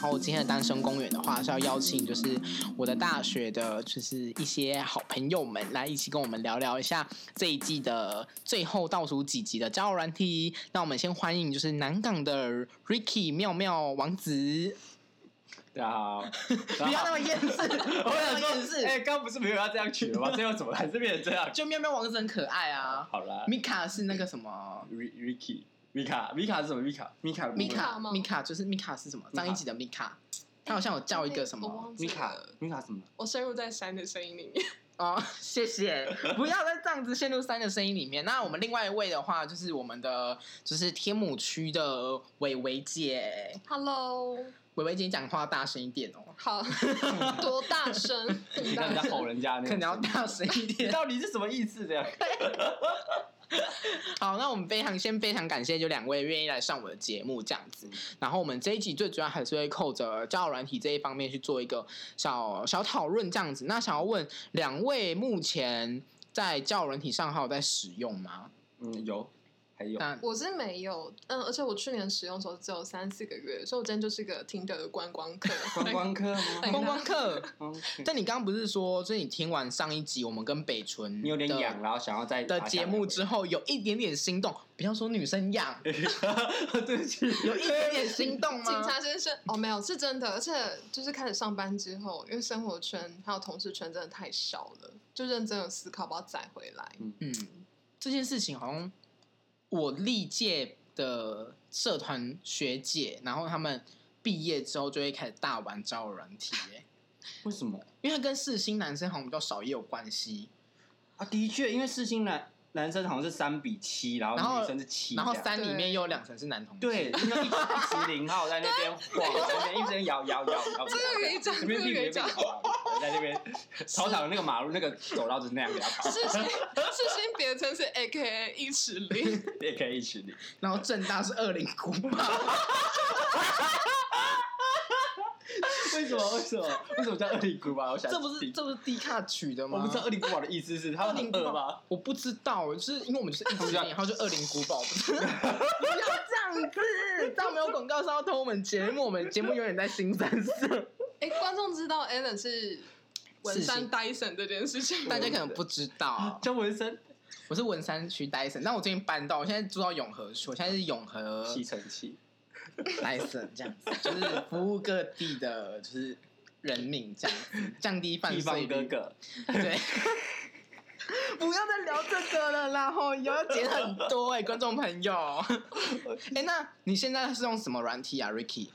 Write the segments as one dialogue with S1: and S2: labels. S1: 后今天的单身公园的话是要邀请就是我的大学的，就是一些好朋友们来一起跟我们聊聊一下这一季的最后倒数几集的交友软体。那我们先欢迎就是南港的 Ricky 妙妙王 子，啊
S2: 大家好，
S1: 不要那么厌世，不
S2: 啊我
S1: 要那么
S2: 想
S1: 厌世
S2: 说，。哎，刚刚不是没有要这样取 的吗？最后怎么还是变成这样？
S1: 啊就妙妙王子很可爱啊。
S2: 好啦
S1: 米卡是那个什么？
S2: ，Ricky。米卡，米卡是什么？米卡，米卡，
S1: 米
S3: 卡
S1: 卡，
S3: 吗
S1: 米卡就是米卡是什么？
S2: 卡
S1: 张一吉的米卡，他好像有叫一个什
S3: 我
S1: 么
S3: 忘记
S2: 米
S3: 了
S2: 卡，米 卡什么？
S3: 我深入在山的声音里面。
S1: 哦， 谢谢，不要再这样子陷入三的声音里面。那我们另外一位的话，就是我们的就是天母区的伟伟姐，
S3: Hello，
S1: 伟伟姐你讲话大声一点哦，
S3: 好， 多大 声？
S2: 你看人家吼人家那个，
S1: 可能要大声一
S2: 你
S1: 点。
S2: 到底是什么意思这样？
S1: 好，那我们非常先非常感谢就两位愿意来上我的节目这样子。然后我们这一集最主要还是会扣着交友软体这一方面去做一个小小讨论这样子。那想要问两位，目前在交友软体上还有在使用吗？
S2: 嗯，有，还有，
S1: 那
S3: 我是没有，嗯，而且我去年使用的时候只有三四个月，所以我真的就是个听的观光客。
S2: 观光客吗？
S1: 观光客，
S2: 观光客
S1: 但你刚刚不是说，就是你听完上一集我们跟北纯
S2: 你有点
S1: 的
S2: 痒，然后想要再
S1: 的
S2: 把它
S1: 节
S2: 下来
S1: 目之后，有一点点心动，不要说女生痒，
S2: 对不起，
S1: 有一点点心动
S3: 警
S1: 吗？
S3: 察先生，哦，没有，是真的，而且就是开始上班之后，因为生活圈还有同事圈真的太少了，就认真有思考，把它载回来。
S1: 嗯，这件事情好像我历届的社团学姐，然后他们毕业之后就会开始大玩交友软体、欸，
S2: 为什么
S1: 因为它跟世新男生好像比较少也有关系，
S2: 啊？的确，因为世新男男生好像是三比七，然
S1: 然后
S2: 后女生是七这
S1: 然
S2: 样，
S1: 后三里
S3: 对
S1: 面又有两层是男同志，
S2: 对，一个一七零号在那边晃，在那边一直摇摇摇摇，
S3: 这个可以讲
S2: 这边
S3: 这个可以
S2: 讲
S3: 讲，
S2: 在那边操场的那个马路那个走道就是那样给他跑，
S3: 事情事情别称是 A K A 一尺零，
S2: 也可以一起领。
S1: 然后正大是二零古 堡，
S2: 为什么？为什么？为什么叫二零古堡？我想
S1: 这不是
S2: 听
S1: 这不是低卡取的吗？
S2: 我不知道二零古堡的意思是他
S1: 二
S2: 们
S1: 零
S2: 很
S1: 古
S2: 饿
S1: 堡
S2: 吗？，
S1: 我不知道，就是因为我们就是一直
S2: 们叫
S1: 年，然后就二零古堡， 不要这样子，这样没有广告商要偷我们节目，我们节目永远在新三色。
S3: 哎，观众知道 Alan 是文
S1: 是
S3: 山 Dyson 这件事情，
S1: 大家可能不知 道，
S2: 叫纹身
S1: 我是文山区 Dyson，但我最近搬到，我现在住到永和区，我现在是永和
S2: 吸尘器，
S1: Dyson 这样子，就是服务各地的，就是人民这样子，降低犯
S2: 地
S1: 罪
S2: 方哥
S1: 率。
S2: 哥，
S1: 对。不要再聊这个了啦，吼，以后要剪很多哎、观众朋友。哎、那你现在是用什么软体啊，Ricky？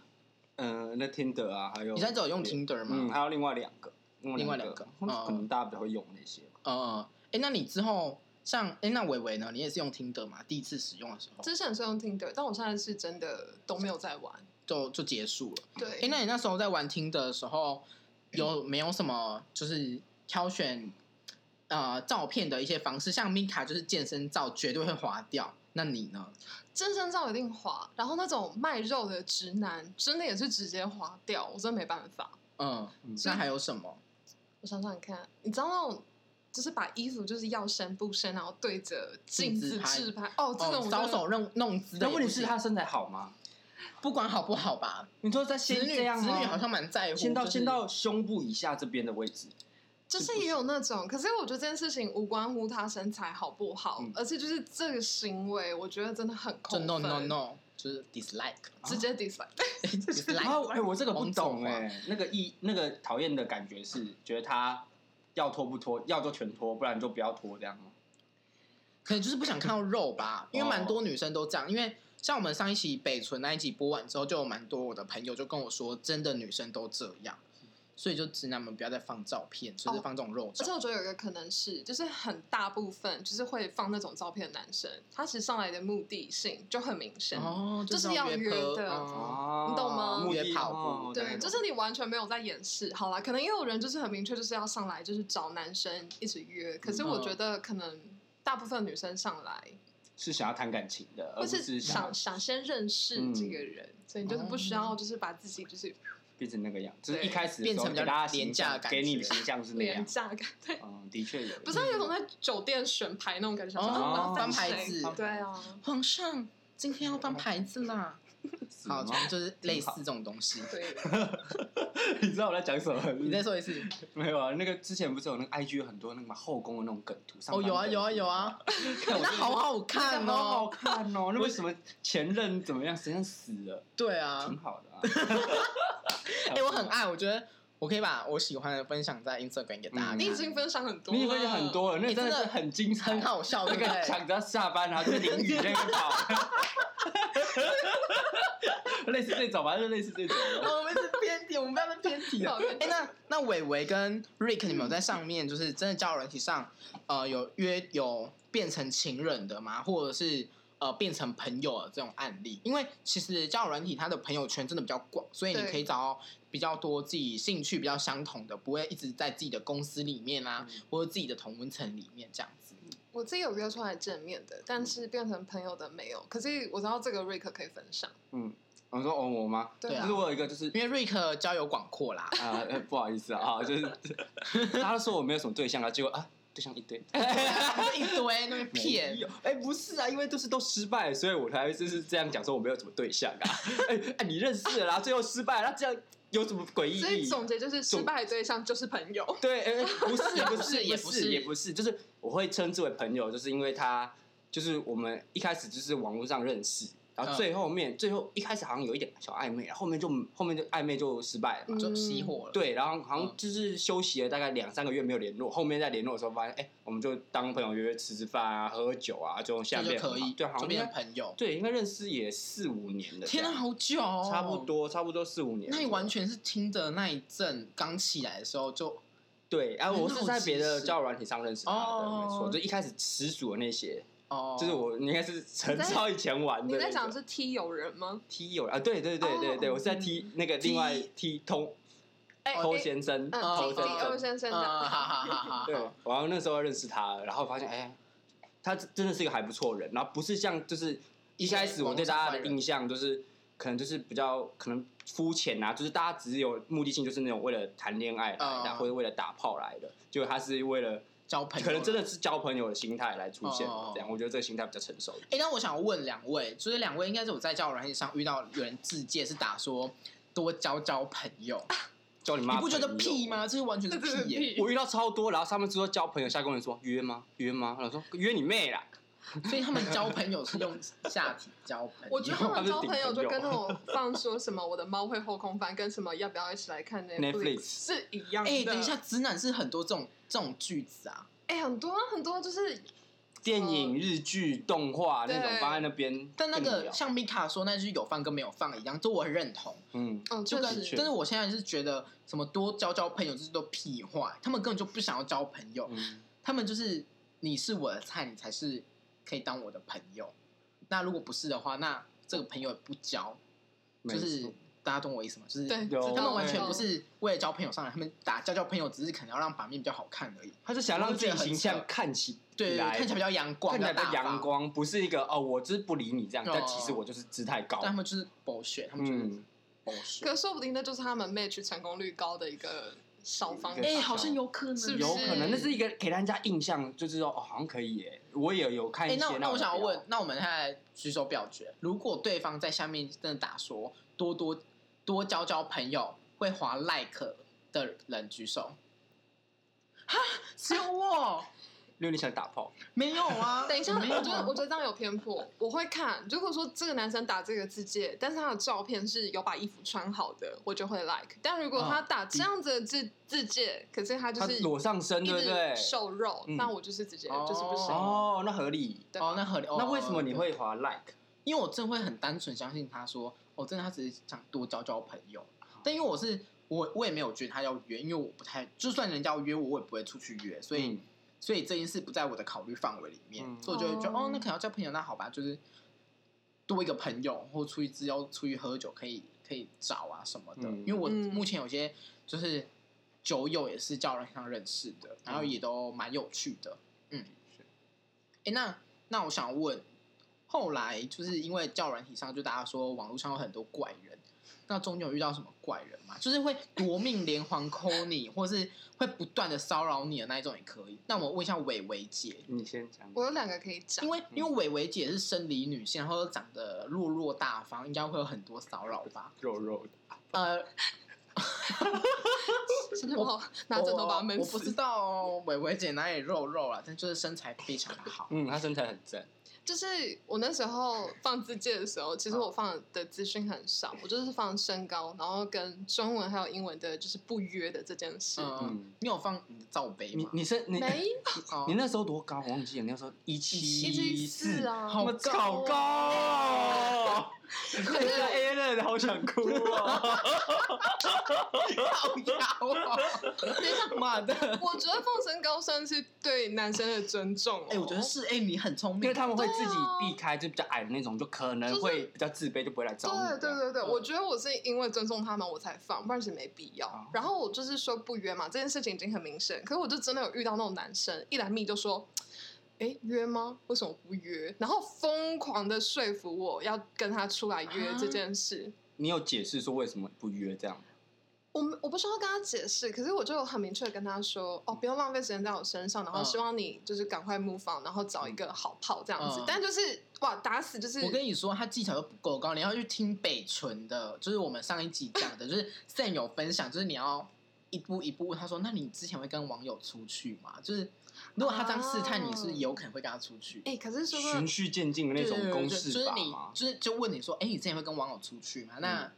S2: 嗯，那 Tinder 啊，还有
S1: 你现在只有用 Tinder
S2: 嗯，
S1: 吗？
S2: 还有另外两个，
S1: 另
S2: 另
S1: 外
S2: 外
S1: 两
S2: 两
S1: 个哦
S2: 个，可能大家比较会用那些吧。
S1: 嗯，呃，哎，那你之后像哎、那伟伟呢？你也是用 Tinder 吗？第一次使用的时候
S3: 之前是用 Tinder，但我现在是真的都没有在玩。
S1: 就就结束了。哎、
S3: 对，
S1: 那你那时候在玩 Tinder 的时候，有没有什么就是挑选呃照片的一些方式？像 Mika 就是健身照绝对会划掉，那你呢？
S3: 真身照一定滑，然后那种卖肉的直男真的也是直接滑掉，我真没办法。
S1: 嗯，
S2: 嗯
S1: 那还有什么？
S3: 我想想看，你知道那种就是把衣服就是要伸不伸，然后对着镜子
S1: 镜子
S3: 自拍，哦，这种
S1: 哦
S3: 我真的
S1: 搔首弄弄姿的
S2: 但
S1: 也不行，
S2: 问题是，他身材好吗？
S1: 不管好不好吧，
S2: 你说在
S1: 子
S2: 先
S1: 女
S2: 这样
S1: 子
S2: 吗
S1: 女好像蛮在乎，
S2: 先到
S1: 就是
S2: 先到胸部以下这边的位置，
S3: 就是也有那种，可是我觉得这件事情无关乎他身材好不好，
S2: 嗯
S3: 而且就是这个行为，我觉得真的很
S1: 就
S3: 扣分。
S1: no no no，就是 dislike，
S3: 直接 dislike，、
S2: 然
S1: dislike，
S2: 后哎，我这个不
S1: 黄种
S2: 懂哎，那个意那个讨厌的感觉是觉得他要脱不脱，要就全脱，不然就不要脱这样哦吗？
S1: 可能就是不想看到肉吧，因为
S2: 哦
S1: 蛮多女生都这样，因为。像我们上一期北纯那一集播完之后，就有蛮多我的朋友就跟我说，真的女生都这样，所以就直男们不要再放照片，就是
S3: 哦
S1: 放这种肉
S3: 而且
S1: 照。
S3: 我觉得有一个可能是，就是很大部分就是会放那种照片的男生，他其实上来的目的性就很明显。
S1: 哦，
S3: 就是
S1: 要
S3: 要约
S1: 喝
S3: 的
S1: 哦
S2: 哦
S3: 你懂吗
S2: 目的
S1: 约跑步
S2: 哦我大概
S3: 对，
S2: 懂
S3: 就是你完全没有在掩饰。好啦，可能也有人就是很明确，就是要上来就是找男生一起约。可是
S2: 嗯
S3: 我觉得可能大部分女生上来，
S2: 是想要谈感情的，而
S3: 或
S2: 不
S3: 是
S2: 想嗯哦
S3: 想想先认识这个人，所以你就是不需要就是把自己就是
S2: 变成那个样，就是
S3: 对
S2: 一开始的
S1: 变
S2: 时候
S1: 成比较
S2: 给大家形
S1: 廉价的
S2: 象
S1: 感觉
S2: 给你的形象是那
S3: 廉
S2: 样。
S3: 价感，对，
S2: 嗯，的确有，
S3: 不
S1: 啊
S3: 是有种在酒店选牌那种感觉，想
S1: 哦
S3: 说啊我要
S1: 翻
S3: 当谁
S1: 牌子
S3: 对啊，
S1: 皇上今天要当牌子啦，
S2: 是
S1: 好，
S2: 吗
S1: 反正就是类似这种东西。
S3: 对，
S2: 你知道我在讲什么？
S1: 你再说一次，
S2: 没有啊？那个之前不是有那个 IG 有很多那个嘛后宫的那种梗图？上
S1: 哦，有啊，
S2: 班梗
S1: 有啊，
S2: 图
S1: 有 啊， 那好好看
S2: 看哦，好好
S1: 哦，
S2: 看哦。那为什么前任怎么样？谁像死了？
S1: 对啊
S2: 挺，好的啊。
S1: 哎，我 很爱，我觉得我可以把我喜欢的分享在 Instagram 给大家
S2: 嗯
S1: 看，
S3: 你已经分享很多，
S2: 你已经很，多了，那
S1: 哎
S2: 个真的
S1: 真
S2: 是
S1: 的
S2: 很精彩，
S1: 很好笑，
S2: 那
S1: 对不
S2: 个
S1: 对？
S2: 抢着下班，然后就淋雨那个跑， 类似这种吧，就类似 这种的。
S1: 我们是偏题，我们不要再偏 题了
S3: 好偏。
S1: 哎、那那伟伟跟 Rick，你们有在上面就是真的交友软体上，呃，有约有变成情人的吗？或者是呃变成朋友的这种案例？因为其实交友软体它的朋友圈真的比较广，所以你
S3: 对
S1: 可以找到比较多自己兴趣比较相同的，不会一直在自己的公司里面啊，
S2: 嗯
S1: 或者自己的同温层里面这样 子。
S3: 我自己有约出来见面的，但是变成朋友的没有。可是我知道这个瑞克可以分享，
S2: 我说哦，我吗？
S3: 对
S2: 就
S3: 啊
S2: 是，我有一个就是。
S1: 因为 Rick 交友广阔啦，
S2: 啊、呃不好意思啊，啊就是 他都说我没有什么对象啊，结果啊，对象一堆，
S1: 一堆那个骗
S2: 没，有。哎、不是啊，因为都是都失败，所以我才就是这样讲说我没有什么对象啊。 哎、哎，你认识了啦，最后失败了，那这样有什么诡异
S3: 所以
S2: 意义？
S3: 总结就是失败的对象就是朋友。
S2: 对，哎、哎不是，
S1: 也
S2: 不
S1: 不是
S2: 也
S1: 也
S2: 不
S1: 不
S2: 是，
S1: 是
S2: 也不是，就是我会称之为朋友，就是因为他就是我们一开始就是网络上认识，然后
S1: 嗯
S2: 最后面、最后一开始好像有一点小暧昧，然后后面就后面就暧昧就失败了嘛。
S1: 就熄火了。
S2: 对，然后
S1: 嗯
S2: 好像就是休息了大概两三个月没有联络，后面再联络的时候发现，哎、我们就当朋友约约吃吃饭啊，喝喝酒啊，最后
S1: 这
S2: 现在
S1: 样就
S2: 变
S1: 可以，
S2: 对，好
S1: 就
S2: 像
S1: 变
S2: 应
S1: 成
S2: 该
S1: 朋友。
S2: 对，应该认识也四五年了，
S1: 天啊，
S2: 啊，
S1: 好久、哦，
S2: 差不。多差不多四五年了，
S1: 那你完全是听的那一阵刚起来的时候就
S2: 对，然、啊、后
S1: 哎
S2: 我
S1: 那
S2: 是
S1: 我
S2: 在
S1: 其
S2: 别的
S1: 实
S2: 交友软体上认识他的，没错，
S1: 哦
S2: 就一开始吃薯的那些，
S1: 哦，
S2: 就是我应该是很
S3: 你在
S2: 早以前玩的
S3: 你
S2: 那种。
S3: 在讲是踢友人吗？
S2: 踢友啊？对对对对对，
S3: 哦
S2: 我是
S1: 嗯
S2: 在踢那个另外踢通
S3: 哎
S2: 偷哦先生，
S3: 嗯，
S2: 偷
S3: 第
S1: 偷
S3: 第二
S2: 先生。
S3: 先
S1: 嗯，
S3: 生的
S1: 哈哈哈哈。
S2: 对，然后那时候认识他，然后发现哎，他真的是一个还不错的人，然后不是像就是一开始我对大家的印象就是。可能就是比较可能肤浅啊，就是大家只有目的性，就是那种为了谈恋爱来的，
S1: 嗯
S2: 或者为了打炮来的。结果他是为了
S1: 交朋友啊
S2: 可能真。的是交朋友的心态来出现的
S1: 哦，
S2: 这样我觉得这个心态比较成熟一点。
S1: 哎、那我想问两位，就是两位应该是我在交友软件上遇到有人自介是打说多交交朋友，
S2: 叫你妈，哦
S1: 你不觉得屁？吗？这是完全是
S3: 这真的
S1: 屁耶、
S3: 屁，
S2: 我遇到超多，然后上面是说交朋友，下工人说约吗？约吗？然后说约你妹啦！
S1: 所以他们交朋友是用下体交朋友，
S3: 我觉得他
S2: 他
S3: 们
S2: 是
S3: 交
S2: 顶
S3: 朋友
S2: 朋
S3: 就
S2: 友
S3: 跟那种放说什么我的猫会后空翻，跟什么要不要一起来看
S2: Netflix
S3: 是一样的。
S1: 哎、等一下，，直男是很多这种这种句子啊，
S3: 哎、很多啊很多就是
S2: 电影、日剧、动画
S3: 对
S2: 那种放在那边，
S1: 嗯但那
S2: 更无
S1: 个
S2: 聊
S1: 像米卡说那句有放跟没有放一样，这我很认同。
S2: 嗯，
S3: 嗯，
S1: 就
S3: 确
S1: 跟
S3: 实，
S2: 确
S1: 但是我现在是觉得什么多交交朋友，这是都屁话，他们根本就不想要交朋友，
S2: 嗯
S1: 他们就是你是我的菜，你才是可以当我的朋友。那如果不是的话，那这个朋友也不交，就
S2: 没
S1: 是
S2: 错
S1: 大家懂我意思吗？就是
S3: 对，
S2: 有
S3: 知
S1: 他
S3: 道
S1: 们完全
S3: 嗯
S1: 不是为了交朋友上来，他们打交交朋友只是可能要让版面比较好看而已。
S2: 他是想让自己形
S1: 我
S2: 象
S1: 就觉得很扯
S2: 看起
S1: 对对对，
S2: 来
S1: 看起来比较阳光，
S2: 看起来比
S1: 比较
S2: 较
S1: 大方
S2: 阳。光，不是一个哦，我就是不理你这样，
S1: 哦
S2: 但其实我就是姿态高
S1: 但，他们就是狗血，他们就是
S2: 嗯，
S1: 狗血。
S3: 可说不定那就是他们 match 成功率高的一个小方法。
S2: 对
S1: 哎、
S2: 一个
S1: 好像有可能，
S3: 嗯是不
S2: 有可能那
S1: 一。
S2: 是一个给人家印象，就是说哦，好像可以耶，我也有看
S1: 哎、
S2: 一些
S1: 那我那我
S2: 种
S1: 想要
S2: 表
S1: 问，那我们现在举手表决，如果对方在下面真的打说多多多交交朋友，会划 like 的人举手。哈，只有我
S2: 六，你想打炮？
S1: 没有啊？
S3: 等一下，我
S1: 没有
S3: 觉
S1: 啊
S3: 得我觉得这样有偏颇。我会看，如果说这个男生打这个字界，但是他的照片是有把衣服穿好的，我就会 like。但如果他打这样子的字字界，可是他就
S2: 他
S3: 是
S2: 裸上身，
S3: 一
S2: 对不对
S3: 直？瘦肉，
S2: 嗯
S3: 那我就是直接就是不行。
S2: 哦，那合理。
S3: 对吧
S1: 哦，那合理。哦
S2: 那为什么你？会滑 like？
S1: 因为我真的会很单纯相信他说，哦，真的他只是想多交交朋友。但因为我是我，我也没有觉得他要约，因为我不太，就算人家要约我，我也不会出去约，所以。
S2: 嗯
S1: 所以这件事不在我的考虑范围里面，
S2: 嗯
S1: 所以我就会觉得
S3: 哦
S1: 哦，那可能要交朋友，那好吧，就是多一个朋友，或出去之后出去喝酒可以可以找啊什么的。
S2: 嗯
S1: 因为我
S3: 嗯
S1: 目前有些就是酒友也是交人上认识的，然后
S2: 嗯
S1: 也都蛮有趣的。嗯，哎、那那我想问，后来就是因为教软体上就大家说网络上有很多怪人，那中间有遇到什么怪人吗？就是会夺命连环抠你，或是会不断的骚扰你的那一种也可以。那我问一下伟伟姐，
S2: 你先讲。
S3: 我有两个可以讲
S1: 因，为因为伟伟姐是生理女性，然后又长得落落大方，应该会有很多骚扰吧？
S2: 肉肉的，
S1: 呃，
S3: 现在我拿枕头把它闷
S1: 我
S3: 死。
S1: 我不知道哦，伟伟姐哪里肉肉了，但就是身材非常的 好。
S2: 嗯，他身材很正，
S3: 就是我那时候放字界的时候，其实我放的资讯很少，我就是放身高，然后跟中文还有英文的，就是不约的这件事。
S1: 嗯
S2: 嗯，
S1: 你有放你的罩杯
S2: 你
S1: 吗？
S2: 你身你
S3: 没
S1: 哦
S2: 你那时候多高？我忘记了，你那时候一
S3: 一
S2: 七
S3: 七四，啊，
S1: 好
S2: 我
S1: 高
S2: 好高哦！
S1: 可
S2: 等一下 A 人哎好想哭哦。
S1: 好高啊！妈的！
S3: 我觉得放身高算是对男生的尊重、哦。
S1: 哎、我觉得是哎、你很聪明，
S2: 因为他们会自己
S1: 啊
S2: 避开，就比较矮的那种，就可能会比较自卑，就不会来找你。
S3: 对对对对，
S1: 嗯
S3: 我觉得我是因为尊重他们我才放，不然其实没必要。
S2: 哦
S3: 然后我就是说不约嘛，这件事情已经很明显，可是我就真的有遇到那种男生一来密就说。哎，约吗？为什么不约？然后疯狂的说服我要跟他出来约
S1: 啊
S3: 这件事。
S2: 你有解释说为什么不约这样？
S3: 我没我不需要跟他解释，可是我就很明确地跟他说，哦，不要浪费时间在我身上，然后
S1: 嗯
S3: 希望你就是赶快 move on，然后找一个好炮这样子。
S1: 嗯
S3: 但就是哇，打死就是
S1: 我跟你说，他技巧又不够高，你要去听北纯的，就是我们上一集讲的，就是 Sam 有分享，就是你要一步一步问他说，那你之前会跟网友出去吗？就是如果他这样试探你，
S3: 哦
S1: 是有可能会跟他出去。
S3: 哎、可是说
S2: 循序渐进的那
S1: 对
S2: 种
S1: 对对
S2: 公
S1: 对就
S2: 式
S1: 是
S2: 法
S1: 你
S2: 吗？嗯
S1: 就是就问你说，哎、你之前会跟网友出去吗？那、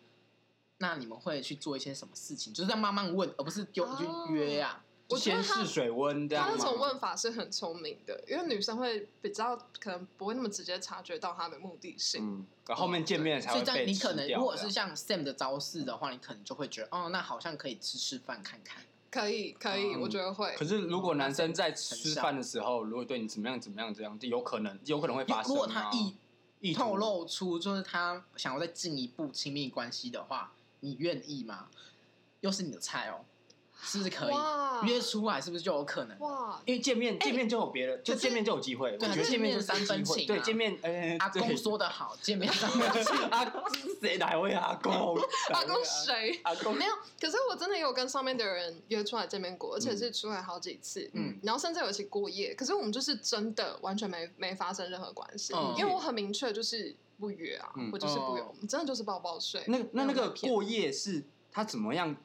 S1: 那你们会去做一些什么事情？就是在慢慢问，而不是丢
S3: 哦
S1: 就约啊。
S3: 我觉
S2: 先
S3: 得他
S2: 试水温这样
S3: 他
S2: 吗？
S3: 那种问法是很聪明的，因为女生会比较可能不会那么直接察觉到他的目的性。
S2: 嗯，然后后面见面才
S1: 所
S2: 会
S1: 以这
S2: 被
S1: 样，你
S2: 吃
S1: 可能
S2: 掉
S1: 如果
S2: 这
S1: 是
S2: 样
S1: 像 Sam 的招式的话，你可能就会觉得，哦，那好像可以吃吃饭看看。
S3: 可以，可以，
S1: 嗯
S3: 我觉得会
S2: 可。是如果男生在
S1: 很
S2: 吃
S1: 像
S2: 饭的时候，如果对你怎么样怎么样这样，就有可能有可能会发生啊。
S1: 如果他意
S2: 意图
S1: 透露出就是他想要再进一步亲密关系的话，你愿意吗？又是你的菜哦，是不是可以
S3: 哇
S1: 约出来？是不是就有可能？
S3: 哇，
S2: 因为见面见面就有别人，就
S3: 可是
S2: 见面就有机会。我
S1: 对
S2: 觉得见面就是
S1: 哎见面三分
S2: 机会
S1: 情啊
S2: 对，见面哎，
S1: 阿公
S2: 对
S1: 说的好，见面上
S2: 阿谁哪位阿公？
S3: 阿
S2: 阿
S3: 公谁？
S2: 阿公
S3: 没有，可是我真的有跟上面的人约出来见面过，而且是出来好几次，
S1: 嗯
S3: 然后甚至有一起过夜。可是我们就是真的完全没没发生任何关系，
S1: 嗯
S3: 因为我很明确就是不约啊，
S2: 嗯
S3: 我就是不约，
S1: 哦
S3: 我们真的就是抱抱睡。
S2: 那那那
S3: 没有
S2: 个
S3: 被骗
S2: 过夜是他怎么样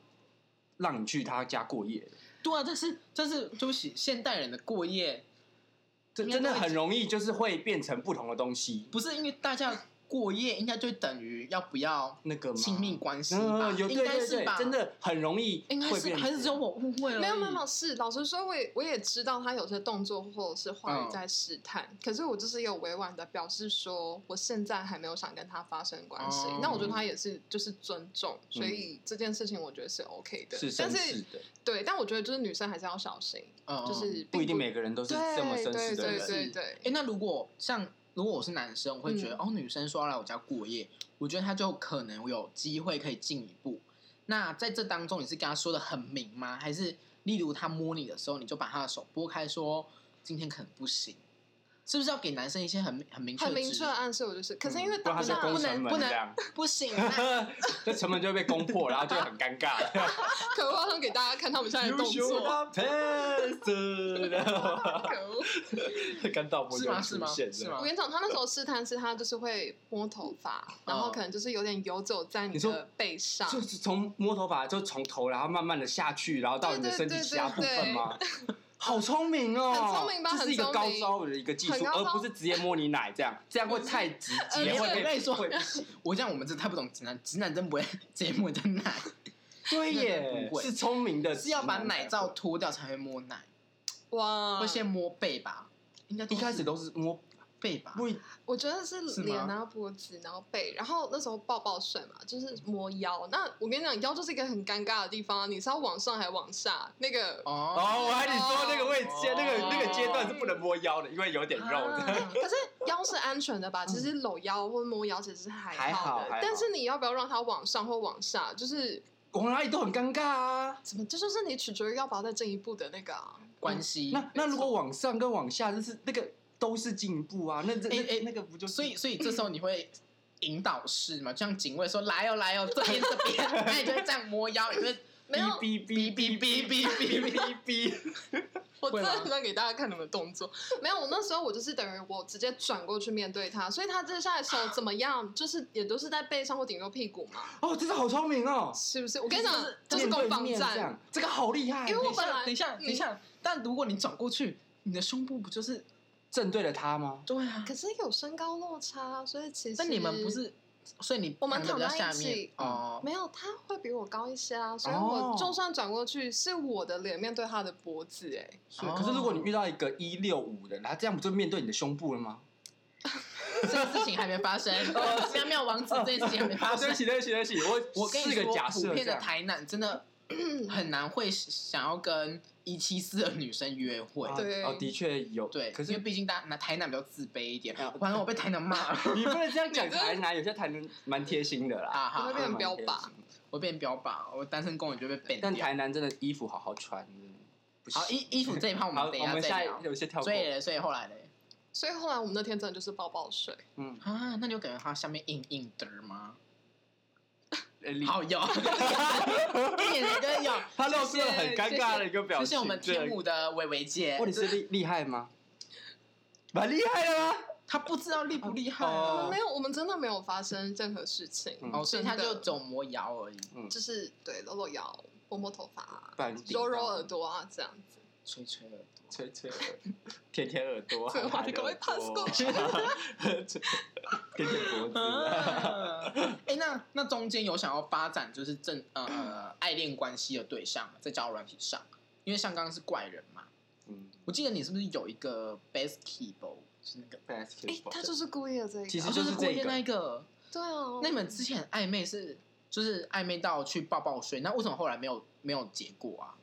S2: 让你去他家过夜的？
S1: 对啊，但是但是对不起，现代人的过夜
S2: 这
S1: 应该
S2: 真的
S1: 会
S2: 很容易，就是会变成不同的东西。
S1: 不是因为大家过夜应该就等于要不要
S2: 那个吗
S1: 亲密关系吧？
S2: 嗯，有
S1: 应
S2: 对
S1: 该
S2: 对
S1: 是
S2: 对
S1: 吧？，
S2: 真的很容易
S1: 应该
S2: 会
S1: 是
S2: 变
S1: 还是只有
S2: 成
S1: 我误会了而已？哦
S3: 没有没有没有，是老实说，我也我也知道他有些动作或者是话
S1: 嗯
S3: 语在试探，可是我就是有委婉的表示说，我现在还没有想跟他发生关系。
S1: 哦
S3: 那我觉得他也是就是尊重，所以这件事情我觉得是 OK 的。
S2: 嗯是
S3: 但
S2: 绅士
S3: 是
S2: 的，
S3: 对，但我觉得就是女生还是要小心，
S1: 嗯，嗯
S3: 就是
S2: 不一定
S3: 并
S2: 每个人都是
S3: 对
S2: 这么绅士的
S3: 对对
S2: 人。
S3: 对
S1: 是
S3: 对
S1: 哎、。那如果像如果我是男生，我会觉得、
S3: 嗯
S1: 哦，女生说要来我家过夜，我觉得他就可能有机会可以进一步。那在这当中，你是跟他说的很明吗？还是例如他摸你的时候，你就把他的手拨开说今天可能不行？是不是要给男生一些很很明确
S3: 很
S1: 的指
S3: 明
S1: 引？
S3: 确啊的暗示，我就是，可是
S2: 嗯
S3: 因为
S2: 不然
S3: 当
S2: 他就
S3: 下
S2: 攻
S1: 不
S2: 城
S1: 能
S2: 门
S1: 不
S2: 这
S1: 能
S2: 样，
S1: 不行、 啊，
S2: 这城门就会被攻破，然后就会很尴尬。
S3: 可我好像给大家看他们现在的动
S2: should
S3: 作，
S2: not pass it
S3: 可恶！
S2: 干到不
S1: 是吗是吗是吗
S3: 我跟你讲，他那时候试探是他就是会摸头发，然后可能就是有点游走在你
S2: 嗯你说
S3: 的 背上，
S2: 就是从摸头发，就从头，然后慢慢的下去，然后到你的身体其他部分吗？ 好聪明哦，
S3: 很聪明吧
S2: 这是一个
S3: 很
S2: 高
S3: 聪明
S2: 招的一个技术
S3: 很，高
S2: 而
S3: 招
S2: 不是直接摸你奶这样，这样会太 直
S3: 而
S2: 接，
S3: 且
S2: 会
S1: 我跟
S2: 被
S1: 呃你说
S2: 会不行。
S1: 我这样我们真的太不懂直男，直男真不会节目的 奶，
S2: 对
S1: 真的
S2: 耶
S1: 不，会
S2: 是聪明的，
S1: 是要把奶罩。脱掉才会摸奶，
S3: 哇！
S1: 会先摸背吧？应该都
S2: 一开
S1: 是
S2: 始都是
S1: 哦
S2: 摸，
S1: 背吧？
S2: 不一
S3: 我觉得是
S1: 是吗
S3: 脸啊、脖子，然后背，然后那时候抱抱睡嘛，就是摸腰。那我跟你讲，腰就是一个很尴尬的地方，啊你是要往上还往下？那个
S2: 哦，我还得说那个位置
S1: 哦，
S2: 那个那个阶段是不能摸腰的，因为有点肉 的。
S3: 啊可是腰是安全的吧？其实搂腰或摸腰其实是还
S2: 嗯还好
S3: 的
S2: 还好，
S3: 但是你要不要让它往上或往下，就是
S2: 我哪里都很尴尬啊。
S3: 怎么？这就是你取决于要不要再进一步的那个啊。
S1: 关系。
S2: 那那如果往上跟往下，就是那个都是进步啊，那这
S1: 哎
S2: 那
S1: 哎
S2: 那个不就
S1: 所以所以这时候你会引导式嘛，就像警卫说来哦来哦，这边这边，那你就会这样摸腰，你就会
S3: 没有
S2: 哔
S1: 哔
S2: 哔
S1: 哔
S2: 哔
S1: 哔哔
S2: 哔
S1: 哔哔。
S2: 哔哔，
S3: 我真的
S1: 会吗
S3: 很想给大家看你们动作。没有，我那时候我就是等于我直接转过去面对他，所以他接下来手怎么样，就是也都是在背上或顶住屁股嘛，
S2: 哦，这个好聪明哦，
S3: 是不是？我跟你讲，这
S2: 就是是
S3: 攻
S2: 面对
S3: 防
S2: 面这
S3: 战
S2: 样，，这个好厉害，
S3: 因为我
S1: 等一
S3: 本来
S1: 下，
S3: 嗯
S1: 等一下，等一下。但如果你转过去，你的胸部不就是
S2: 正对了他吗？
S1: 对啊？
S3: 可是有身高落差，所以其实
S1: 但你们不是，所以你
S3: 我们
S1: 躺在
S3: 躺在
S1: 下
S3: 一
S1: 面
S3: 起嗯
S1: 哦。
S3: 没有，他会比我高一些啊，所以我
S2: 哦
S3: 就算转过去，是我的脸面对他的脖子、哎，
S2: 是，
S1: 哦
S2: 可是如果你遇到一个一六五的，他这样不就面对你的胸部了吗？
S1: 这个事情还没发 生，
S3: 哦
S1: 喵喵王子这件事情还没发
S2: 啊，对
S1: 生
S2: 不。起，对不起，对不起，我
S1: 我
S2: 我
S1: 跟
S2: 是
S1: 你
S2: 个
S1: 说，
S2: 假
S1: 普
S2: 设这
S1: 遍的
S2: 样。
S1: 台南真 的很难会想要跟一七四的女生约会。
S2: 啊
S3: 对
S2: 哦，的确有，
S1: 对，
S2: 可
S1: 因
S2: 是啊
S1: 为毕竟大那台南比较自卑一点，完了我被台南骂 了，
S2: 你不能这样讲台南，有些台南蛮贴心的 啦，
S1: 啊
S3: 我会
S1: 哈，
S3: 变成
S2: 蛮贴
S3: 标
S2: 心
S3: 靶。
S1: 我变标靶，我单身公园就被 ban
S2: 但
S1: 掉。
S2: 台南真的衣服好好穿，真的不行
S1: 好，衣衣服这一趴我
S2: 好，
S1: 们等一
S2: 我
S1: 下
S2: 们
S1: 再
S2: 下一
S1: 聊。
S2: 有些跳过
S1: 所以，嘞，所以后来嘞，
S3: 所以后来我们那天真的就是抱抱睡，
S2: 嗯，
S1: 啊，那你有感觉它下面硬硬的吗？
S2: 呃李
S1: 好有， 一眼就有。
S2: 他露出了很尴尬的一个表
S1: 就
S2: 情。
S1: 是我们天
S2: 对
S1: 母的伟伟姐
S2: 哇，，你是厉厉害吗？ 蛮厉害的吗？
S1: 她不知道厉不厉害
S2: 哦
S1: 啊，
S3: 没有，我们真的没有发生任何事情，
S2: 嗯
S1: 哦，所以她
S3: 真的
S1: 就走磨摇而已。
S3: 就是对搂搂腰、摸摸头发、啊、
S2: 不然顶
S3: 揉揉
S2: 到
S3: 耳朵啊，这样子。
S1: 吹吹耳朵。
S2: 吹吹耳朵，舔舔耳朵，
S3: 这个话题可不可以 pass 过去
S2: 喊喊 耳朵舔舔脖子。啊
S1: 哎、那那中间有想要发展就是正 呃爱恋关系的对象吗在交友软体上，因为像刚刚是怪人嘛，
S2: 嗯
S1: 我记得你是不是有一个 best keyboard 是那个？
S3: 哎、
S2: ，basketball，
S3: 他就是故意的这一个，
S2: 其实
S1: 哦
S2: 就是是
S1: 郭
S2: 这
S1: 燕
S2: 个
S1: 那一个。
S3: 对啊，
S1: 那你们之前暧昧是就是暧昧到去抱抱睡，那为什么后来没有没有结果啊？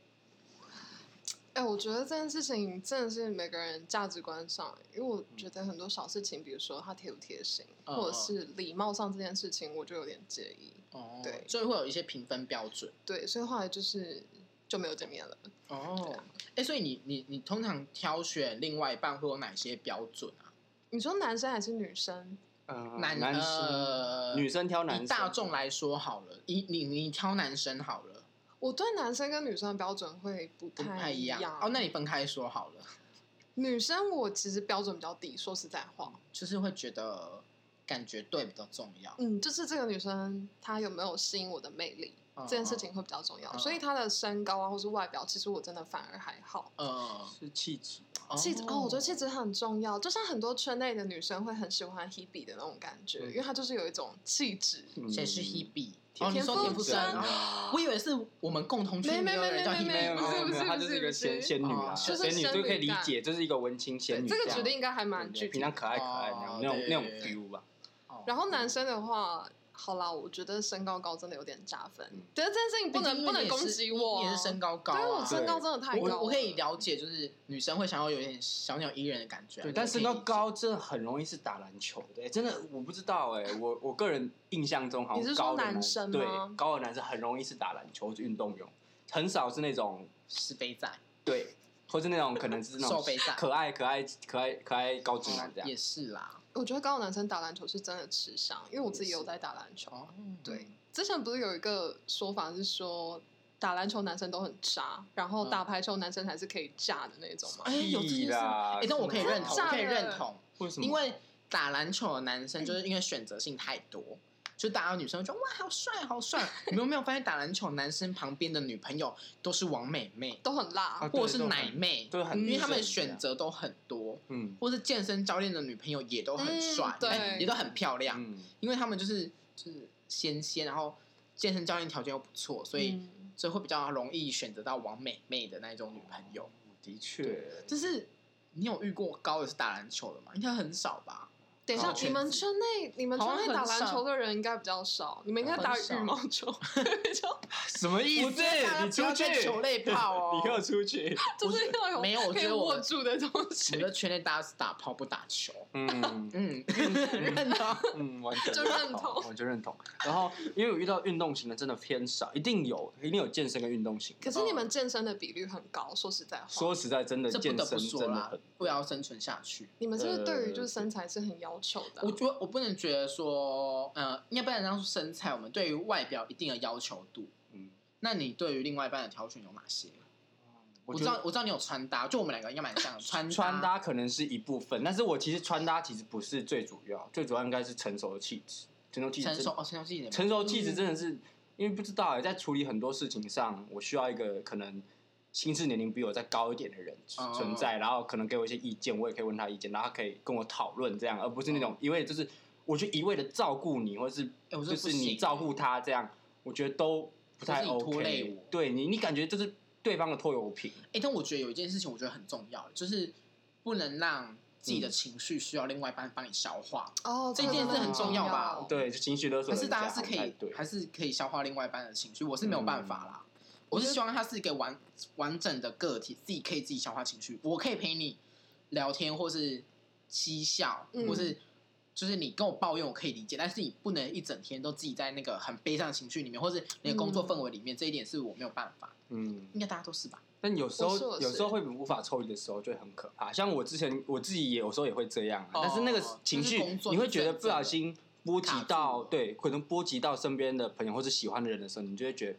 S3: 哎、我觉得这件事情真的是每个人价值观上，因为我觉得很多小事情，比如说他贴不贴心，
S1: 嗯
S3: 或者是礼貌上这件事情，我就有点介意。
S1: 哦
S3: 对
S1: 所以会有一些评分标准。
S3: 对，所以后来就是就没有见面了。
S1: 哦，哎、所以你你你通常挑选另外一半会有哪些标准啊？
S3: 你说男生还是女生？
S2: 嗯
S1: 男
S2: 男生，
S1: 呃
S2: 女生挑男
S1: 以
S2: 生，
S1: 大众来说好了，以你你挑男生好了，
S3: 我对男生跟女生的标准会不
S1: 不太
S3: 一
S1: 一样哦。那你分开说好了，
S3: 女生我其实标准比较低，说实在话，
S1: 就是会觉得感觉对比较重要。
S3: 嗯，就是这个女生她有没有吸引我的魅力，
S1: 嗯
S3: 这件事情，会比较重要。
S1: 嗯
S3: 所以她的身高啊，或是外表，其实我真的反而还好。
S1: 嗯嗯，
S2: 是气质。
S1: 嗯
S3: 气质哦，我觉得气质很重要，就像很多圈内的女生会很喜欢 Hebe 的那种感觉，
S2: 嗯
S3: 因为她就是有一种气质。
S2: 嗯
S1: 谁是 Hebe？哦，你
S3: 嗯田
S1: 说
S3: 馥
S1: 田馥
S3: 甄
S1: 甄，我以为是我们共同圈里
S3: 没
S1: 面有
S3: 没
S1: 人叫
S3: 没
S1: Hebe，
S2: 啊没有没有没
S3: 不是不是
S2: 有，她就是一
S3: 不
S2: 个
S3: 是
S2: 仙仙女
S1: 哦
S2: 啦，
S1: 就是
S2: 仙女
S3: 仙
S2: 就可以
S3: 女
S2: 理
S3: 感
S2: 解，就是一个文青仙
S3: 对，
S2: 女
S3: 这
S2: 样。
S3: 个举例应该还蛮
S2: 对
S3: 具体
S2: 平常可
S3: 的。
S2: 爱可爱那
S1: 哦
S2: 样，那种
S1: 对
S2: 那种
S1: 对
S2: feel 吧。
S1: 哦
S3: 然后男生的话，好啦，我觉得身高高真的有点加分
S2: 嗯，
S3: 但是这件事情不能不能攻击我
S1: 你
S3: 啊，
S1: 也是身高高
S3: 对我
S1: 啊。
S3: 身高真的太高了
S1: 我我可以了解，就是女生会想要有点小鸟依人的感觉，
S2: 对，但
S1: 我可
S2: 身
S1: 以
S2: 高
S1: 理解
S2: 高真的很容易是打篮球的、欸真的我不知道哎、我我个人印象中好
S3: 你是
S2: 像
S3: 说
S2: 高的
S3: 男生
S2: 对
S3: 吗
S2: 高的男生很容易是打篮球或者运动用，很少是那种
S1: 是肥仔，
S2: 对，或是那种可能是那
S1: 瘦
S2: 种
S1: 肥仔，
S2: 可爱可爱可爱可爱高直男这
S1: 嗯
S2: 样。
S1: 也是啦。
S3: 我觉得高的男生打篮球是真的吃香，因为我自己有在打篮球。
S1: 哦，
S3: 对，嗯之前不是有一个说法是说打篮球男生都很渣，然后打排球男生还是可以嫁的那种吗？
S1: 哎，有这件
S2: 屁
S1: 事吗，
S2: 啦！
S1: 哎，但我可以认同，
S3: 真
S1: 我
S3: 的
S1: 可以
S3: 假的
S1: 认同，
S2: 为什么？
S1: 因为打篮球的男生就是因为选择性太多。就大家女生就哇，好帅，好 帅！你们有没有发现打篮球男生旁边的女朋友都是王美妹，
S3: 都很辣，
S2: 啊对
S1: 或者是奶妹，
S2: 都很
S1: 因为他们
S2: 正
S1: 选择都很多，
S2: 嗯
S1: 或是健身教练的女朋友也都很帅
S3: 嗯，对
S1: 哎也都很漂亮，
S2: 嗯，
S1: 因为他们就是就是仙仙，然后健身教练条件又不错，所以
S3: 嗯
S1: 所以会比较容易选择到王美妹的那一种女朋友。
S2: 哦的确，
S1: 就是你有遇过高的是打篮球的吗？应该很少吧？
S3: 等一下
S2: 好，
S3: 你们圈内你们圈内打篮球的人应该比较少，你们应该打羽毛球， 就
S2: 什么意
S1: 我觉得大家
S2: 你
S1: 不要
S2: 出
S1: 再
S2: 去，
S1: 球类炮哦
S2: 你给我出去。
S3: 就是要有
S1: 没有我
S3: 可
S1: 觉
S3: 以
S1: 得我
S3: 握住的东
S1: 我
S3: 西。
S1: 哦们的圈内大家是打炮不打球。
S2: 嗯，
S1: 嗯，认啊，
S2: 嗯，完全
S3: 就
S2: 认
S3: 认同
S2: 我就认同。然后因为我遇到运动型的真的偏少，一定有，一定有健身跟运动型。
S3: 可是你们健身的比率很高，说实在话，
S2: 说实在，真的
S1: 这不
S2: 健
S1: 得
S2: 身
S1: 不说
S2: 真的
S1: 啦
S2: 很，
S1: 为了要生存下去，
S3: 你们是不是对于就是
S2: 呃
S3: 身材是很要求的啊、
S1: 我觉得我不能觉得说，呃，应该不能当说身材，我们对于外表一定的要求度。
S2: 嗯，
S1: 那你对于另外一半的挑选有哪些？我
S2: 我
S1: 知
S2: 觉
S1: 道
S2: 得，
S1: 我知道你有穿搭，就我们两个应该蛮像的，穿搭
S2: 穿搭可能是一部分，但是我其实穿搭其实不是最主要，最主要应该是成熟的气质，成熟气质
S1: 成
S2: 真
S1: 熟哦，成熟自己的
S2: 成熟气
S1: 嗯
S2: 质真的是，因为不知道、欸、在处理很多事情上，我需要一个可能心智年龄比我再高一点的人
S1: 哦
S2: 存在，然后可能给我一些意见，我也可以问他意见，然后他可以跟我讨论这样，而不是那种一味就是我就一味的照顾你，或是
S1: 哦哎我觉
S2: 就
S1: 得不
S2: 是
S1: 行
S2: 你照顾他这样，我觉得都不太
S1: 或是你拖累
S2: OK
S1: 我。
S2: 对你，你感觉就是对方的拖油瓶，
S1: 哎、但我觉得有一件事情，我觉得很重要，就是不能让自
S2: 嗯
S1: 己的情绪需要另外一半帮你消化。
S3: 哦，
S1: 这
S3: 个
S1: 件
S3: 真的
S2: 事很
S3: 很
S2: 重
S1: 要
S3: 要
S1: 吧
S2: 对，就情绪勒索
S1: 可
S2: 人
S1: 是
S2: 家。
S1: 大家是可
S2: 好像
S1: 以
S2: 不太对，嗯
S1: 还是可以消化另外一半的情绪，我是没有办法啦。我
S3: 我
S1: 是
S3: 觉得
S1: 希望他是一个完完整的个体，自己可以自己消化情绪。我可以陪你聊天，或是嬉笑，
S3: 嗯
S1: 或是就是你跟我抱怨，我可以理解。但是你不能一整天都自己在那个很悲伤的情绪里面，或是你的工作
S3: 嗯
S1: 氛围里面，这一点是我没有办法。
S2: 嗯。
S1: 应该大家都是吧？
S2: 但有时候
S3: 我是我是
S2: 有时候会无法抽离的时候，就会很可怕。像我之前我自己也有时候也会这样、啊，
S1: 哦
S2: 但是那个情绪
S1: 就是工作
S2: 你会觉得不小心波及
S1: 卡住
S2: 到，
S1: 了
S2: 对，可能波及到身边的朋友或者喜欢的人的时候，你就会觉得，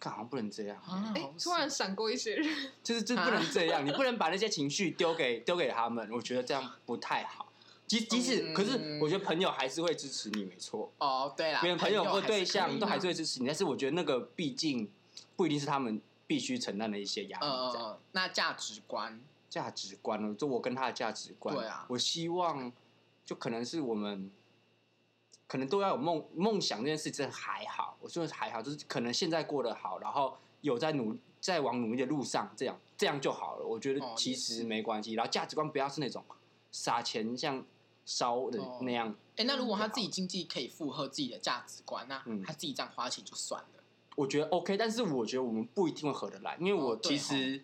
S2: 看好像不能这样，
S1: 啊
S3: 哎、突然闪过一些人，
S2: 就是就是不能这样，你不能把那些情绪丢给丢给他们，我觉得这样不太好。即即使，
S1: 嗯
S2: 可是我觉得朋友还是会支持你，没错，
S1: 哦，对啦，
S2: 别人朋友或
S1: 还是可以
S2: 对象都还
S1: 啦
S2: 是会支持你，但是我觉得那个毕竟不一定是他们必须承担的一些压
S1: 嗯
S2: 力，
S1: 嗯
S2: 这样。
S1: 嗯，那价值观
S2: 价值观了，就我跟他的价值观。
S1: 对啊
S2: 我希望就可能是我们可能都要有梦梦想这件事，真的还好，我说还好，就是可能现在过得好，然后有在努在往努力的路上，这样这样就好了。我觉
S1: 哦
S2: 得其
S1: 也
S2: 实没关系，然后价值观不要是那种撒钱像烧的
S1: 哦
S2: 那样，
S1: 哎、那如果他自己经济可以负荷自己的价值观，那
S2: 嗯
S1: 他自己这样花钱就算了。
S2: 我觉得 OK，但是我觉得我们不一定会合得来，因为
S1: 哦
S2: 我
S1: 对
S2: 其实、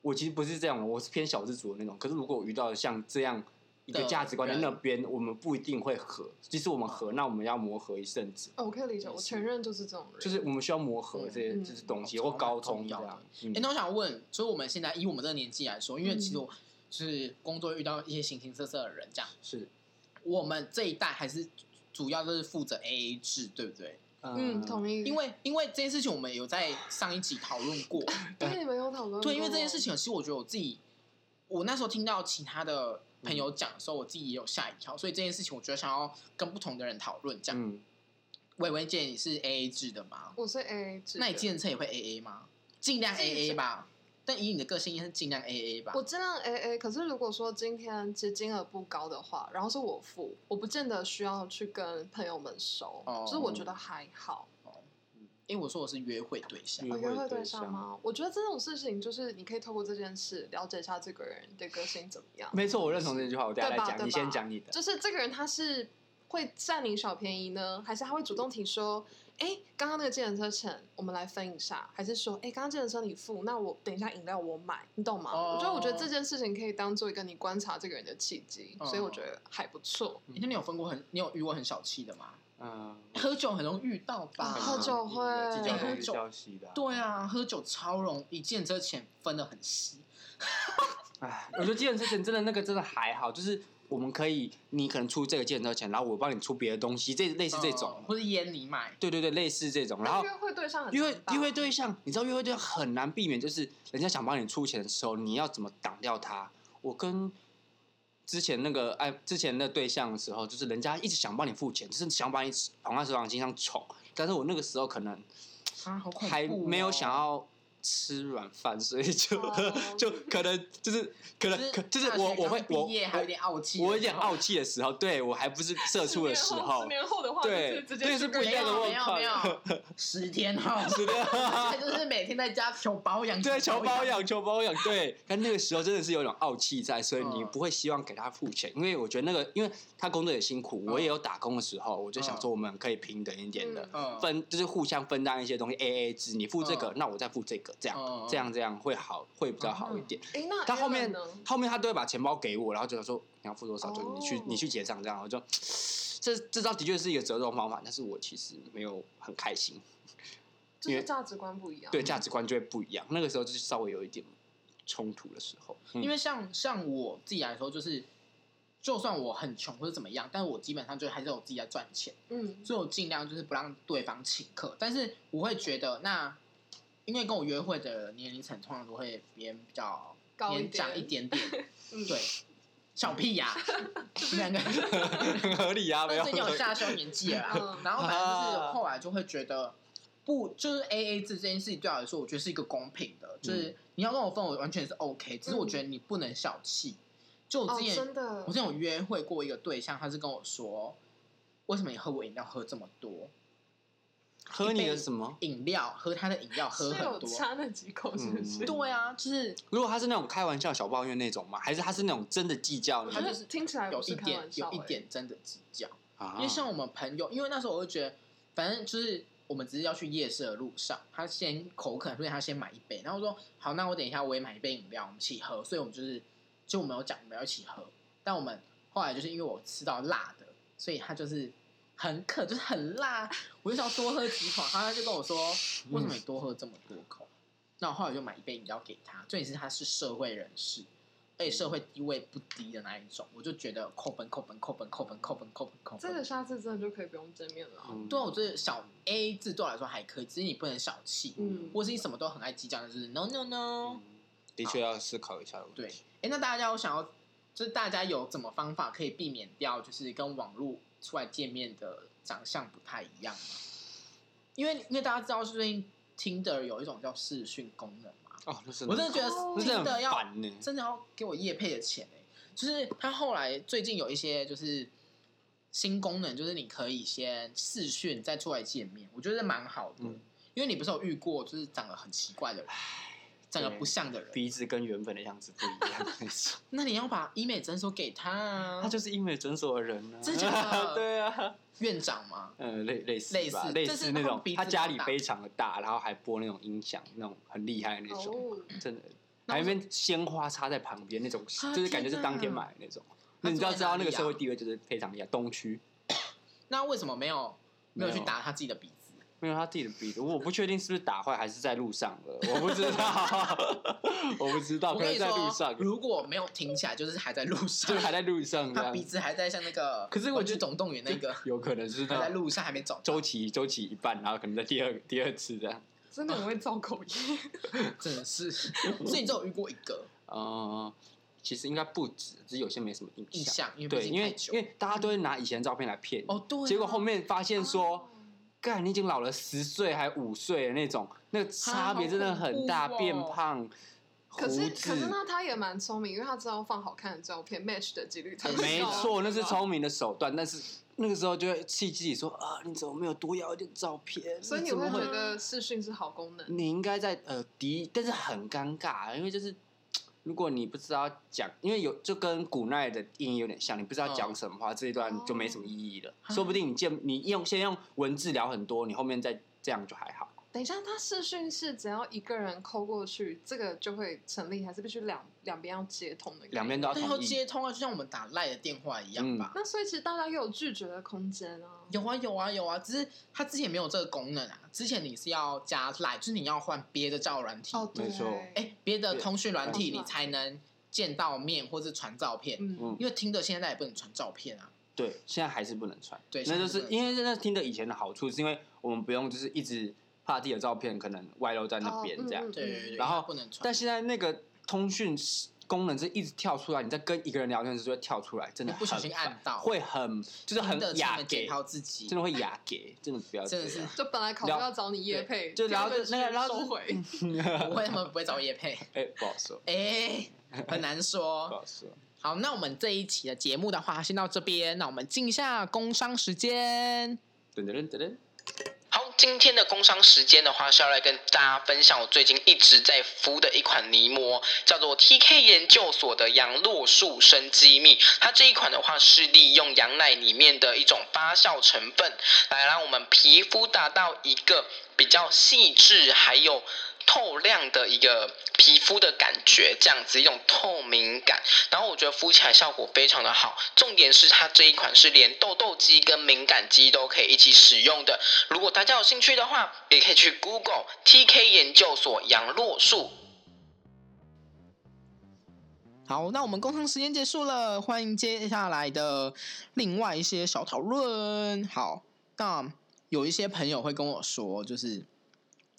S2: 我其实不是这样，我是偏小资主的那种。可是如果我遇到像这样一个
S1: 的
S2: 价值观在
S1: 人
S2: 那边，我们不一定会合。即使我们合，那我们要磨合一阵子，
S3: 哦，我可以理
S2: 也
S3: 解，
S2: 是
S3: 我承认就是这种人，
S2: 就是我们需要磨合
S1: 嗯
S2: 这些
S3: 嗯
S2: 这些东西，
S1: 哦
S2: 或
S1: 超
S2: 沟
S1: 重
S2: 通这
S1: 要的
S2: 样。嗯
S1: 哎、那我想问，所以我们现在以我们这个年纪来说，因为
S3: 嗯
S1: 其实我就是工作遇到一些形形色色的人，这样
S2: 是，
S1: 我们这一代还是主要就是负责 AA 制，对不对？
S3: 嗯，同意，
S1: 因为因为这件事情我们有在上一集讨论过，
S2: 嗯
S3: 对你们有讨论，
S1: 对，因为这
S2: 哦
S1: 件事，情，其实我觉得我自己，我那时候听到其他的
S2: 嗯
S1: 朋友讲的时候，我自己也有吓一跳，所以这件事情我觉得想要跟不同的人讨论，这样。
S2: 嗯，
S1: 伟伟姐，你是 AA 制的吗？
S3: 我是 A A 制，
S1: 那你计程车也会 AA 吗？尽量
S3: 计程车
S1: AA 吧，但以你的个性，应该是尽量 AA 吧。
S3: 我尽量 A A，可是如果说今天其实金额不高的话，然后是我付，我不见得需要去跟朋友们熟，
S1: 哦
S3: 就是我觉得还好。
S1: 因为我说我是约会对象，
S2: 约
S3: 哦，
S2: 会
S3: 约会
S2: 对
S3: 对象
S2: 象
S3: 吗？我觉得这种事情就是你可以透过这件事了解一下这个人的个性怎么样。
S2: 没错，我认同这句话。我等下来
S3: 对吧
S2: 讲，
S3: 对
S2: 你先
S3: 吧
S2: 讲你的。
S3: 就是这个人他是会占你小便宜呢，还是他会主动提说，哎，刚刚那个计程车钱我们来分一下，还是说，哎，刚刚计程车你付，那我等一下饮料我买，你懂吗？
S1: 哦
S3: 我觉得我觉得这件事情可以当做一个你观察这个人的契机，
S1: 哦
S3: 所以我觉得还不错。
S1: 你那你有分过很，你有遇过很小气的吗？
S2: 嗯，
S1: 喝酒很容易遇到吧？
S3: 啊 喝酒会
S2: 计较东
S1: 喝
S2: 计
S1: 酒
S2: 较西的。
S1: 对啊，喝酒超容易，计程车钱分的很细。
S2: 唉，我觉得计程车钱真的那个真的还好，就是我们可以，你可能出这个计程车钱，然后我帮你出别的东西，这类似这种，
S1: 嗯或者烟你买，
S2: 对对对，类似这种。然后
S3: 约会对象很
S2: 约会
S3: 难吧
S2: 约会对象，你知道约会对象很难避免，就是人家想帮你出钱的时候，你要怎么挡掉他？我跟之前那个哎，之前的对象的时候，就是人家一直想帮你付钱，就是想把你捧在手掌心上宠，但是我那个时候可能
S1: 啊，好恐怖、
S2: 还没有想。要吃软饭，所以就、
S3: 哦
S2: 就可能就是可能可就是我我会我
S1: 毕业还有点傲气，
S2: 我有点傲。气的时候，对我还不是社畜的时
S3: 十年后
S2: 候
S3: 十，年后的话，
S2: 对
S3: 就是直
S2: 那
S3: 接
S2: 个是
S3: 去跟
S2: 不一样的
S1: 没
S2: 我
S1: 有
S2: 靠
S1: 没有，十天 后，
S2: 是的，
S1: 这就是每天在家求保养，
S2: 对，求包养，求包养，对。但那个时候真的是有一种傲气在，所以你
S1: 嗯
S2: 不会希望给他付钱，因为我觉得那个，因为他工作也辛苦，我也有打工的时候，我就想说我们可以平等一点的
S3: 嗯。
S1: 嗯，
S2: 分就是互相分担一些东西，A A 制，你付这个，
S1: 嗯
S2: 那我再付这个，的，这样、
S1: 嗯
S2: 这样这样会好，会比较好一点。
S3: 哎，那
S2: 他后
S3: Alan
S2: 面
S3: 呢？
S2: 后面他都会把钱包给我，然后就说你要付多少，就你去
S3: 哦
S2: 你去结账这样，我就这这招的确是一个折中方法，但是我其实没有很开心，
S3: 就
S2: 因
S3: 是
S2: 为
S3: 价值观不一样。
S2: 对价值观就会不一样。那个时候就是稍微有一点冲突的时候，嗯
S1: 因为像像我自己来说，就是就算我很穷或者怎么样，但是我基本上就还是有自己在赚钱，
S3: 嗯，
S1: 所以我尽量就是不让对方请客。但是我会觉得那。因为跟我约会的年龄层通常都会别人比较
S3: 高一
S1: 年
S3: 点
S1: 长一点 点，
S3: 嗯
S1: 对，小屁 呀、 两个
S2: 很 合理 啊，没
S1: 但
S2: 有
S1: 最近有下修年纪了 啦
S3: 嗯，
S1: 然后反正就是后来就会觉得不就是 A A 制这件事情对我来说，我觉得是一个公平的，
S3: 嗯
S1: 就是你要跟我分，我完全是 O、k 只是我觉得你不能小气。就我
S3: 哦，
S1: 之前、
S3: 真的
S1: 我之前有约会过一个对象，他是跟我说，为什么你喝我饮料喝这么多？
S2: 喝你的是什么？
S1: 饮料喝他的饮料喝
S3: 是
S1: 很
S3: 有
S1: 多。
S3: 差那几口，是不是？
S2: 嗯
S1: 对啊，就是
S2: 如果他是那种开玩笑小抱怨那种吗？还是他是那种真的计较
S3: 我
S2: 你
S3: 觉
S1: 他？就
S3: 得
S1: 是
S3: 听起来
S1: 有
S3: 不
S1: 一
S3: 是开
S1: 点
S3: 玩笑
S1: 有一
S3: 欸，
S1: 点真的计较。
S2: 啊
S1: 因为像我们朋友，因为那时候我会觉得，反正就是我们只是要去夜市的路上，他先口渴，所以他先买一杯，然后我说好，那我等一下我也买一杯饮料，我们一起喝。所以我们就是，就我们有讲我们要一起喝，但我们后来就是因为我吃到辣的，所以他就是很渴，就是很辣，我就想多喝几口，然后他就跟我说，为什么你多喝这么多口？那我后来我就买一杯饮料给他，重点是他是社会人士。而且社会地位不低的那一种，我就觉得扣分扣分扣分扣分扣分扣分扣分，
S3: 真的下次真的就可以不用见面了。
S2: 嗯
S1: 对啊，我觉得小 A 制对我来说还可以，只是你不能小气，
S3: 嗯，
S1: 或是你什么都很爱计较，就是 no no no。
S2: 嗯的确要思考一下的问
S1: 对
S2: 题。，
S1: 哎，那大家有想要，就是大家有什么方法可以避免掉，就是跟网络出来见面的长相不太一样吗？因为因为大家知道最近 Tinder 有一种叫视讯功能嘛，
S2: 哦，那是
S1: 我真的觉得
S3: 哦
S2: 那真的
S1: Tinder
S2: 很
S1: 要
S2: 烦呢。
S1: 真的要给我业配的钱哎、就是他后来最近有一些就是新功能，就是你可以先视讯再出来见面，我觉得蛮好的。
S2: 嗯
S1: 因为你不是有遇过就是长得很奇怪的人，长得不像的人，
S2: 鼻子跟原本的样子不一样，那种
S1: 那你要把医美诊所给他、啊，
S2: 他就是医美诊所的人呢、啊。
S1: 真假的
S2: 对啊，
S1: 院长嘛。
S2: 嗯，类类似
S1: 类
S2: 吧，
S1: 似
S2: 类
S1: 但是
S2: 似那
S1: 他
S2: 种
S1: 们鼻，子
S2: 他家里
S1: 很大
S2: 非常的大，然后还播那种音响，那种很厉害的那种，
S3: 哦，
S2: 真的，
S1: 那
S2: 还
S1: 我
S2: 有一边鲜花插在旁边那种，
S1: 啊
S2: 就是感觉
S1: 天
S2: 是当天
S1: 哪啊
S2: 买的那种。
S1: 他
S2: 那你
S1: 住
S2: 就要
S1: 在
S2: 知
S1: 哪
S2: 道那个
S1: 里
S2: 社
S1: 啊
S2: 会地位就是非常厉害，东区
S1: 那为什么没有没有去打他自己的鼻子？
S2: 没有他自己的鼻子，我不确定是不是打坏还是在路上了，我不知道， 我不知道，
S1: 我
S2: 可
S1: 跟
S2: 能
S1: 你
S2: 在路
S1: 说
S2: 上，，
S1: 如果没有停起来，就是还在路上
S2: 就是，还在路上这
S1: 他
S2: 样
S1: 鼻，子还在像那个，
S2: 可是我
S1: 我去
S2: 觉得
S1: 总动员那个，
S2: 有可能
S1: 还
S2: 是
S1: 在
S2: 那种
S1: 路上还没走到，
S2: 周期周期一半，然后可能在第二第二次 这样。
S3: 真的很会造 口音。
S1: 真的是，所以你只有遇过一个
S2: 呃，其实应该不止，只是有些没什么印
S1: 印
S2: 象。
S1: 象，因为
S2: 对，
S1: 毕
S2: 因
S1: 竟太
S2: 为
S1: 久
S2: 因为大家都会拿以前照片来骗你，
S1: 哦对啊，
S2: 结果后面发现说
S3: 哦，，
S2: 干、你已经老了十岁还五岁的那种，那个差别真的很
S1: 好
S2: 大，
S1: 恐怖哦
S2: 变胖，胡
S3: 可是可是
S2: 子，
S3: 那他也蛮聪明，因为他知道放好看的照片 match 的几率才
S2: 没
S3: 高
S2: 错，那是。聪明的手段，但是。那个时候就会气自己说啊，你怎么没有多要一点照片？
S3: 所以你
S2: 怎么
S3: 会
S2: 会
S3: 觉得视讯是好功能，
S2: 你应该在呃敌，但是很尴尬，因为就是如果你不知道讲，因为有就跟古奈的音有点像，你不知道讲什么话，这一段就没什么意义了。
S1: 嗯哦
S2: 说不定你见你用先用文字聊很多，你后面再这样就还好。
S3: 等一下，他视讯是只要一个人抠过去，这个就会成立，还是必须两两边要接通的？
S2: 两边都要
S1: 对要
S2: 同意。嗯
S1: 接通啊，就像我们打赖的电话一样吧。
S3: 那所以其实大家也有拒绝的空间啊。
S1: 有啊有啊有啊，只是它之前没有这个功能啊。之前你是要加赖，就是你要换别的交友软体，
S3: 哦，对，
S2: 没错
S1: 哎，别的
S2: 对
S1: 通讯软体
S3: 通讯
S1: 你
S3: 软体
S1: 才能见到面或是传照片，
S3: 嗯，
S2: 嗯
S1: 因为听的现在也不能传照片啊。
S2: 对，现在还是不能穿。
S1: 对
S2: 那就
S1: 现在还是
S2: 是
S1: 不能
S2: 因为那听的以前的好处，是因为我们不用就是一直怕自己的照片可能外露在那边这样。
S3: 哦嗯嗯
S1: 对对对，
S2: 然后
S1: 因为它不能传
S2: 但，现在那个通讯功能是一直跳出来，你在跟一个人聊天的时候就会跳出来，真的
S1: 你不小心
S2: 很烦
S1: 按到
S2: 会很就是很
S1: 听的
S2: 雅
S1: 能检
S2: 给，
S1: 讨自己
S2: 真。的会雅给，真的不要这
S1: 真的
S2: 样。
S1: 是
S3: 就本来考虑
S2: 聊
S3: 要找你叶配，
S2: 就聊
S3: 结果
S2: 着那个然后就嗯
S3: 收回。
S1: 不会，他们不会找叶配，
S2: 哎、不好说，
S1: 哎，很难
S2: 不
S1: 说。
S2: 好说。
S1: 好，那我们这一期的节目的话，先到这边。那我们进一下工商时间。
S2: 等等等等，
S1: 好，今天的工商时间的话，是要来跟大家分享我最近一直在敷的一款泥膜，叫做 TK 研究所的杨洛树生机密。它这一款的话是利用羊奶里面的一种发酵成分，来让我们皮肤达到一个比较细致，还有
S4: 透亮的一个皮肤的感觉，这样子一种透明感。然后我觉得敷起来效果非常的好，重点是它这一款是连痘痘肌跟敏感肌都可以一起使用的。如果大家有兴趣的话，也可以去 Google TK 研究所杨洛树。
S1: 好，那我们工商时间结束了，欢迎接下来的另外一些小讨论。好，那有一些朋友会跟我说，就是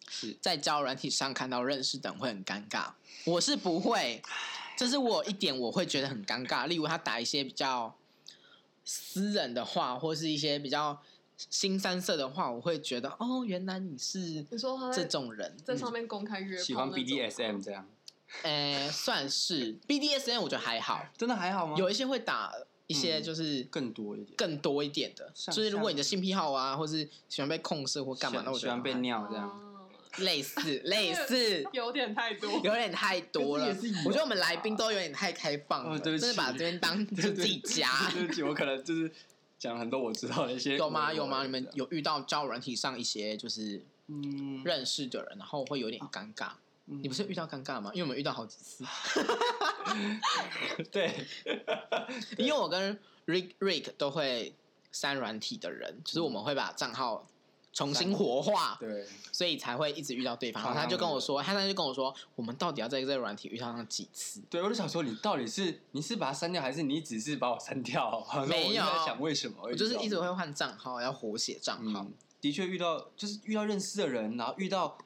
S2: 是
S1: 在交友软体上看到认识的人会很尴尬，我是不会，这是我一点我会觉得很尴尬。例如他打一些比较私人的话，或是一些比较新三色的话，我会觉得哦，原来你是
S3: 你说他
S1: 呃这
S3: 在
S1: 种人，嗯
S3: 在上面公开约炮
S2: 喜欢
S3: 那种
S2: BDSM 这样，
S1: 哎、算是 BDSM，我觉得还好，
S2: 真的还好吗？
S1: 有一些会打一些
S2: 嗯
S1: 就是
S2: 更多一点，
S1: 更多一点的，
S2: 像
S1: 就是如果
S2: 像
S1: 你的性癖好啊，或是喜欢被控制或干嘛，那我
S2: 喜
S1: 觉得
S2: 欢被
S1: 还
S2: 尿这样，
S3: 哦
S1: 类 似类似。
S3: 有点太多。
S1: 有点太多了
S2: 可是也是有，
S1: 我觉得我们来宾都有点太开放了，
S2: 哦对
S1: 真
S2: 不起
S1: 的把这边当 就
S2: 对
S1: 自己家，
S2: 对不起，我可能就是讲很多我知道的一些，
S1: 有吗？有吗？你们有遇到交友软体上一些就是
S2: 嗯，
S1: 认识的人，然后会有点尴尬？
S2: 你
S1: 你不是遇到尴尬吗？因为我们遇到好几次，
S2: 对，
S1: 因为我跟 Rick Rick 都会删软体的人，就是我们会把账号重新活化，
S2: 对，
S1: 所以才会一直遇到对方。然后他就跟我说，他那天就跟我说，我们到底要在这个软体遇到上几次？
S2: 对，我就想说，你到底是你是把它删掉，还是你只是把我删掉？ 好像
S1: 没有
S2: 我就在想为什么而
S1: 我
S2: 已？
S1: 就是一
S2: 你知
S1: 直
S2: 道吗
S1: 会换账号，要活写账号
S2: 嗯。，的确遇到就是遇到认识的人，然后遇到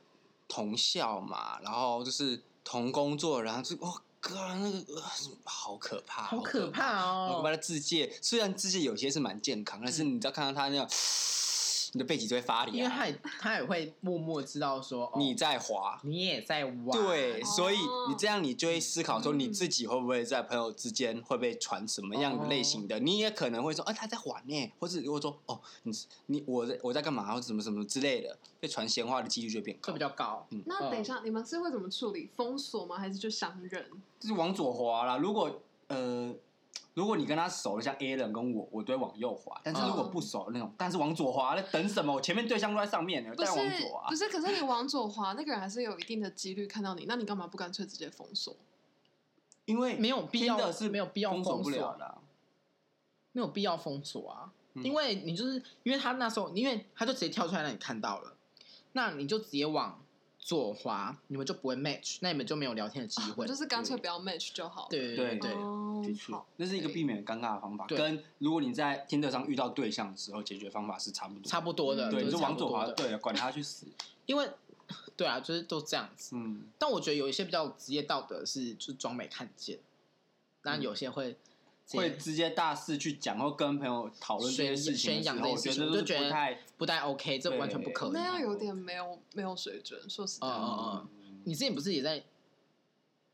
S2: 同校嘛，然后就是同工作，然后就哦，哥那个、呃好可怕，
S1: 好
S2: 可
S1: 可怕
S2: 我可怕
S1: 哦！
S2: 的自介，虽然自介有些是蛮健康，但是你只要看到他那样， 你的背脊就会发
S1: 嗯因为
S2: 凉，
S1: 他也他也会默默知道说，哦
S2: 你在滑。
S1: 你也在玩，
S2: 对，
S3: 哦
S2: 所以你这样你就会思考说，
S3: 嗯
S2: 你自己会不会在朋友之间会被传什么样的类型
S1: 哦
S2: 的？你也可能会说，啊，他在玩呢，或者如果说，哦，你你我在我在干嘛，或者什么什么之类的，被传闲话的几率就会变
S1: 会
S2: 高
S1: 比。较高。
S2: 嗯
S3: 那等一下，你们是会怎么处理？封锁吗？还是就相认？
S2: 就是往左滑啦。如果呃，如果你跟他熟，像 A 人跟我，我都会往右滑。但是如果
S1: 嗯
S2: 不熟那种，但是往左滑，那等什么？我前面对象都在上面呢，
S3: 不
S2: 再
S3: 是
S2: 往左啊
S3: 不。是，可是你往左滑，那个人还是有一定的几率看到你，那你干嘛不干脆直接封锁？
S2: 因为
S1: 没有必要
S2: 听的是
S1: 没有必要
S2: 封锁
S1: 封
S2: 不
S1: 锁
S2: 了的啊。
S1: 没有必要封锁啊，
S2: 嗯
S1: 因为你就是因为他那时候，因为他就直接跳出来让你看到了，那你就直接往左滑，你们就不会 match，那你们就没有聊天的机会。
S3: 我啊就是干脆
S2: 对
S3: 不要 match 就好了。
S1: 对
S2: 对
S1: 对
S3: 哦
S2: 的确
S3: 好，
S2: 那是一个
S1: 对
S2: 避免尴尬的方法，
S1: 对
S2: 跟如果你在听的上遇到对象的时候，解决方法是差不多。
S1: 差不多的，
S3: 嗯
S2: 对，
S1: 就是
S2: 你就
S1: 差
S2: 往
S1: 不
S2: 左
S1: 多
S2: 滑，
S1: 的，
S2: 对了，管他去死。
S1: 因为对啊，就是都这样子。
S2: 嗯，
S1: 但我觉得有一些比较职业道德是就是装没看见，但有些会直接
S2: 嗯会直接大肆去讲，或跟朋友讨论这些
S1: 宣
S2: 事情
S1: 宣
S2: 的时
S1: 扬
S2: 候，
S1: 这
S2: 我
S1: 些事
S2: 觉
S1: 情，
S2: 得
S1: 我就
S2: 都
S1: 觉
S2: 是不
S1: 得
S2: 太。
S1: 不太 OK，这完全不
S2: 对
S1: 可以。啊
S3: 那样有点没有没有水准，说实在。
S1: 嗯嗯嗯你之前不是也在